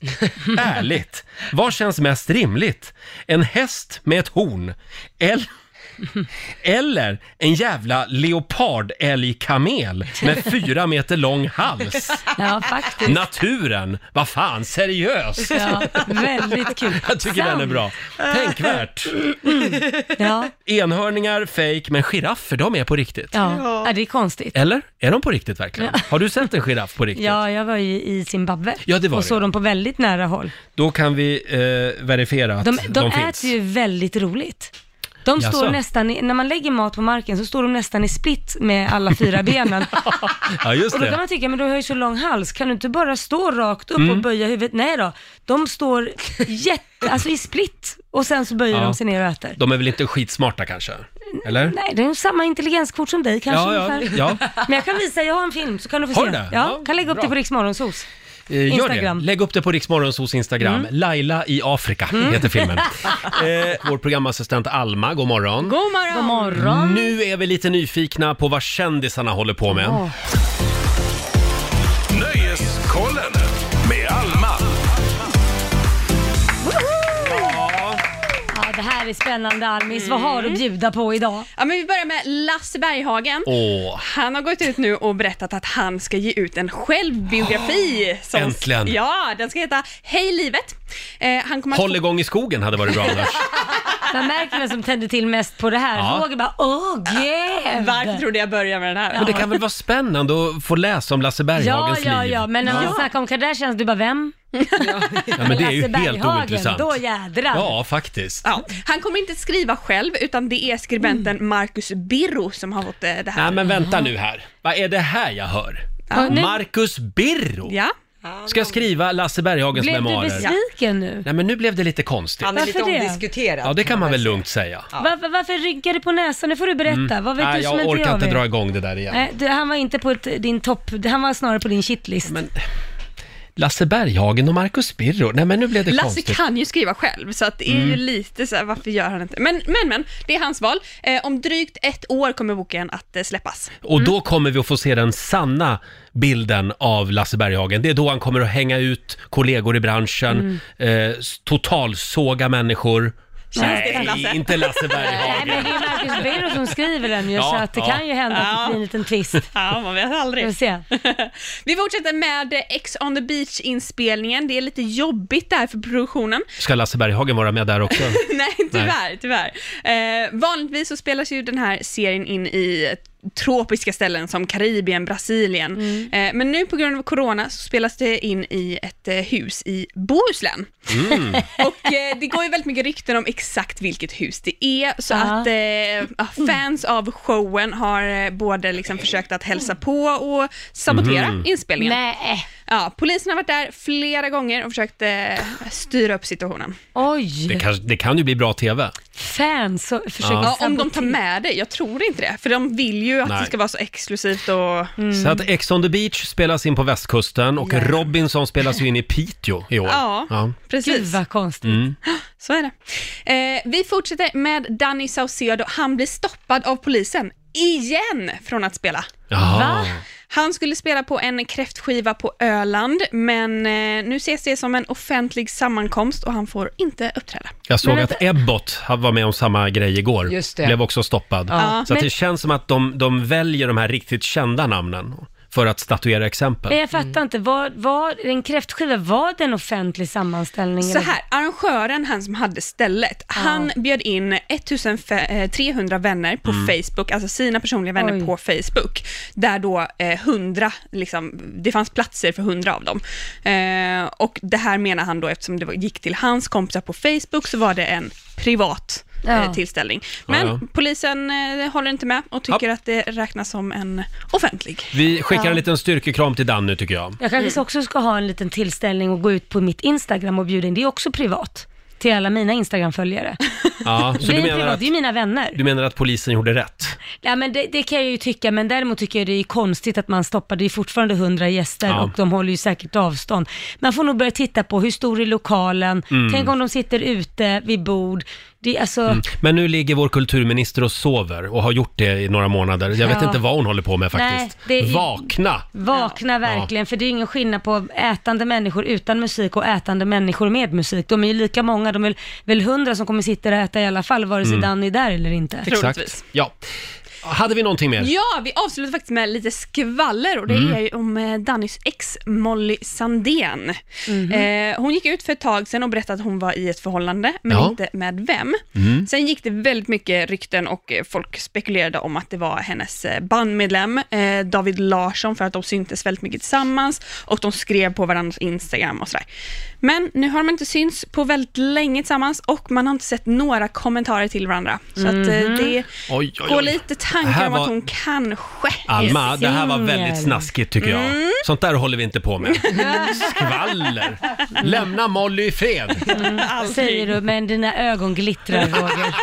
Ärligt, vad känns mest rimligt? En häst med ett horn? Eller, eller en jävla leopardälgkamel med fyra meter lång hals? Ja, faktiskt. Naturen, vad fan, seriöst! Ja, väldigt kul. Jag tycker den är bra. Tänkvärt. Mm. Ja, Enhörningar, fake, men giraffer, de är på riktigt. ja. ja, det är konstigt. Eller? Är de på riktigt verkligen? Ja. Har du sett en giraff på riktigt? Ja, jag var ju i Zimbabwe Ja, det var och det. såg dem på väldigt nära håll. Då kan vi eh, verifiera att De, de, de, finns. äter ju väldigt roligt. De står Jaså? nästan, i, när man lägger mat på marken så står de nästan i split med alla fyra benen. Ja, just och då kan det. man tycka, men du har ju så lång hals, kan du inte bara stå rakt upp Mm. och böja huvudet? Nej då, de står jätte, alltså i split och sen så böjer Ja. de sig ner och äter. De är väl inte skitsmarta kanske? Eller? Nej, det är samma intelligenskvot som dig kanske Ja, ja, ungefär. ja. Men jag kan visa, jag har en film så kan du få Har se. du det? Ja, Ja, kan lägga upp bra. det på Rix Morgonzos. Eh, gör Instagram. det. Lägg upp det på Riksmorgons hos Instagram. Mm. Laila i Afrika Mm. heter filmen. eh, vår programassistent Alma, god morgon. God morgon! God morgon. Nu är vi lite nyfikna på vad kändisarna håller på med. Ja. Nöjeskollen med Alma. Ja, det här är spännande Almis. Vad har du att bjuda på idag? Mm. Ja, men vi börjar med Lasse Berghagen. Åh. Han har gått ut nu och berättat att han ska ge ut en självbiografi. som, Äntligen. Ja, den ska heta Hej livet. Eh, han kommer att Håll igång i skogen hade varit bra annars. Man märker vem som tände till mest på det här. Ja. Roger bara, åh gud! Varför trodde jag började med den här? Men det kan väl vara spännande att få läsa om Lasse Ja, Berghagens ja, liv? ja, men när man ja. snackar om Kardashians, du bara vem? ja, men det är ju Lasse helt Berghagen, ointressant. då jädrar. Ja, faktiskt. Ja, han kommer inte skriva själv, utan det är skribenten Marcus Birro som har fått eh, det här. Mm. Nej, men vänta nu här. Vad är det här jag hör? Ja, nu- Marcus Birro Ja. ska skriva Lasse Berghagens Blev du memoarer. besviken nu? Nej, men nu blev det lite konstigt. Han är lite Varför det? omdiskuterad, Ja, det kan man väl lugnt säga. Varför, varför rynkar du på näsan? Nu får du berätta. Mm. Vad vet Nej, du som jag inte orkar inte vet? dra igång det där igen. Nej, du, han var inte på ett, din topp, han var snarare på din shitlist. Lasse Berghagen och Marcus Birro. Nej, men nu blev det Lasse konstigt. kan ju skriva själv, så att det är ju Mm. lite så här, varför gör han inte? Men, men, men, det är hans val. Eh, om drygt ett år kommer boken att eh, släppas. Och då kommer vi att få se den sanna bilden av Lasse Berghagen. Det är då han kommer att hänga ut kollegor i Mm. branschen, eh, s- totalsåga människor. Känns det för Lasse? inte Lasse Nej, Berghagen. men det är Marcus Birro som skriver den ju, Ja, så att det ja. kan ju hända att det blir en liten twist. Ja, man vet aldrig. Vi får se. Vi fortsätter med eh, Ex on the Beach-inspelningen. Det är lite jobbigt där för produktionen. Ska Lasse Berghagen vara med där också? Nej, tyvärr, tyvärr. Eh, vanligtvis så spelas ju den här serien in i tropiska ställen som Karibien, Brasilien. Eh, men nu på grund av corona så spelas det in i ett eh, hus i Bohuslän. Mm. Och eh, det går ju väldigt mycket rykten om exakt vilket hus det är, så att eh, ja, fans av showen har eh, både liksom försökt att hälsa på och sabotera Mhm. inspelningen. Nej. Ja, polisen har varit där flera gånger och försökt eh, styra upp situationen. Oj! Det kan, det kan ju bli bra TV. Fans och försöker ja. Om de sabotera. tar med dig, jag tror inte det. För de vill ju att Nej. det ska vara så exklusivt och... Så att Ex on the beach spelas in på västkusten och Mm. Ja. Robinson spelas ju in i Piteå i år. Ja, precis. Gud vad konstigt. Mm. Så är det. Eh, vi fortsätter med Danny Saucedo. Han blir stoppad av polisen, igen, från att spela. Jaha. Va? Han skulle spela på en kräftskiva på Öland, men eh, nu ses det som en offentlig sammankomst och han får inte uppträda. Jag såg Men att Ebbot han var med om samma grej igår. Just det. Blev också stoppad. Ja. Så att Men- det känns som att de, de väljer de här riktigt kända namnen för att statuera exempel. Mm. Men jag fattar inte, var, var en kräftskiva, var det en offentlig sammanställning? Så här, arrangören, han som hade stället, han bjöd in 1300 vänner på Mm. Facebook, alltså sina personliga vänner Oj. på Facebook, där då eh, 100, liksom, det fanns platser för 100 av dem. Eh, och det här menar han då, eftersom det var- gick till hans kompisar på Facebook, så var det en privat Ja. eh, tillställning. Men Ja, ja. polisen eh, håller inte med och tycker att det räknas som en offentlig. Vi skickar Ja. en liten styrkekram till Dan nu tycker jag. Jag kanske också ska ha en liten tillställning och gå ut på mitt Instagram och bjuda in, det är också privat, till alla mina Instagram-följare. Ja, så det, är du en menar, privat, att, det är mina vänner. du menar att polisen gjorde rätt? Ja, men det, det kan jag ju tycka, men däremot tycker jag det är konstigt att man stoppar, det är fortfarande 100 gäster Ja. och de håller ju säkert avstånd. Man får nog börja titta på hur stor är lokalen, Mm. tänk om de sitter ute vid bord. Det, är alltså, Mm. Men nu ligger vår kulturminister och sover och har gjort det i några månader. Jag vet Ja. inte vad hon håller på med faktiskt. Nej, det är- Vakna! Vakna verkligen, för det är ingen skillnad på ätande människor utan musik och ätande människor med musik. De är ju lika många, de är väl hundra som kommer sitta där och äta i alla fall, vare sig Mm. Danny är där eller inte. Exakt. Ja. Hade vi någonting mer? Ja, vi avslutar faktiskt med lite skvaller och det Mm. är ju om eh, Dannys ex Molly Sandén. Eh, hon gick ut för ett tag sedan och berättade att hon var i ett förhållande, men Ja. inte med vem. Mm. Sen gick det väldigt mycket rykten och eh, folk spekulerade om att det var hennes eh, bandmedlem eh, David Larsson för att de syntes väldigt mycket tillsammans och de skrev på varandras Instagram och sådär. Men nu har de inte synts på väldigt länge tillsammans och man har inte sett några kommentarer till varandra. Så att eh, Mhm. det Oj, oj, går oj. lite Det tankar här om att var- hon kanske Alma, är det här var singel. väldigt snaskigt tycker jag. Mm. Sånt där håller vi inte på med. Skvaller! Lämna Molly i fred! Mm, säger du, men dina ögon glittrar Roger.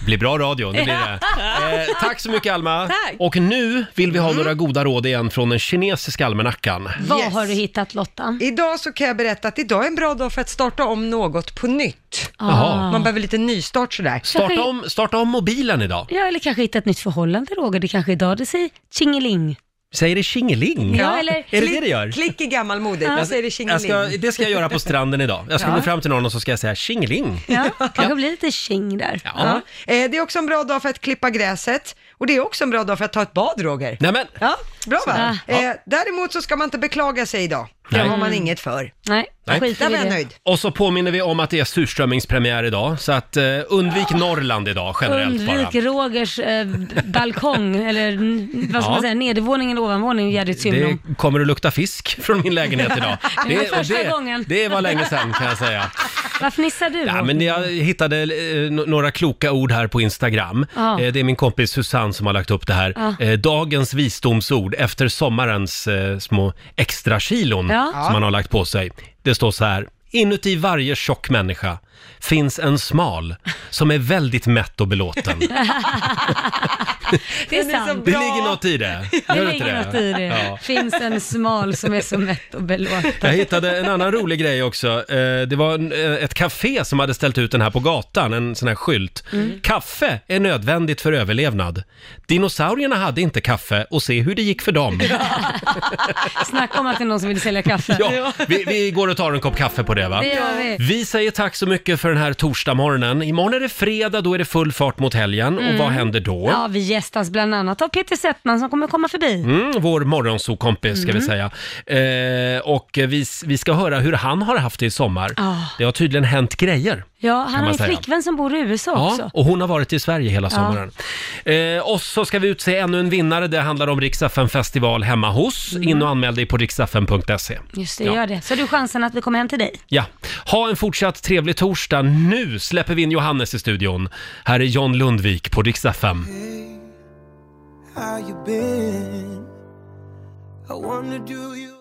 blir bra radio, det blir det. Eh, tack så mycket Alma. Tack. Och nu vill vi ha några goda råd igen från den kinesiska almanackan. Vad har du hittat Lotta? Idag så kan jag berätta att idag är en bra dag för att starta om något på nytt. Ah. Jaha. Man behöver lite nystart sådär. Starta om, starta om mobilen idag. Ja, eller kanske hitta ett nytt förhållande Roger, det kanske är idag det säger tjingeling. Säger det tjingeling? Ja, eller- Är det det det gör? Klick i gammalmodigt, Jag- jag säger det jag tjingeling. ska, det ska jag göra på stranden idag. Jag ska Ja. gå fram till någon och så ska jag säga tjingeling. Ja, kanske blir lite tjing där. Ja. Eh, Det är också en bra dag för att klippa gräset och det är också en bra dag för att ta ett bad, Roger. Nej, men. Ja, bra va? Sådär. Ja. Eh, Däremot så ska man inte beklaga sig idag. Det Nej. har man inget för. Nej, Nej. Där var jag nöjd. Och så påminner vi om att det är surströmmingspremiär idag, så att eh, undvik Norrland idag generellt bara. Undvik Rogers eh, b- balkong, eller n- vad ska Ja. man säga, nedervåning eller ovanvåning, jädrigt synd Det om. kommer att lukta fisk från min lägenhet idag. Det var första gången. det var länge sedan kan jag säga. Varför nissar du? Ja, men jag hittade eh, n- några kloka ord här på Instagram. Ja. Eh, Det är min kompis Susanne som har lagt upp det här. Ja. Eh, Dagens visdomsord efter sommarens eh, små extra kilon Ja. som man har lagt på sig. Det står så här. Inuti varje tjock människa finns en smal som är väldigt mätt och belåten. det är sant. Det ligger något i det. Det Gör ligger inte något i det. Ja. Finns en smal som är så mätt och Jag belåten. hittade en annan rolig grej också. Eh, Det var en, eh, ett café som hade ställt ut den här på gatan, en sån här skylt. Mm. Kaffe är nödvändigt för överlevnad. Dinosaurierna hade inte kaffe och se hur det gick för dem. Snacka om att det är någon som vill sälja kaffe. Ja, vi, vi går och tar en kopp kaffe på det va? Det gör vi. säger tack så mycket för den här torsdagmorgonen. Imorgon är det fredag, då är det full fart mot helgen. Mm. Och vad händer då? Ja, vi gästas bland annat av Peter Settman som kommer komma förbi. Mm, vår morgonsokompis ska Mm. vi säga. Eh, och vi, vi ska höra hur han har haft det i sommar. Ah. Det har tydligen hänt grejer. Ja, han kan man har en säga. flickvän som bor i USA också. och hon har varit i Sverige hela Ja. sommaren. Eh, och så ska vi utse ännu en vinnare. Det handlar om Riksdagen festival hemma hos. Mm. In och anmäl dig på riksdagen.se. Just det, Ja. gör det. Så har du chansen att vi kommer hem till dig. Ja, ha en fortsatt trevlig torsdag. Nu släpper vi in Johannes i studion. Här är John Lundvik på Rix FM. How you been? I wanna do you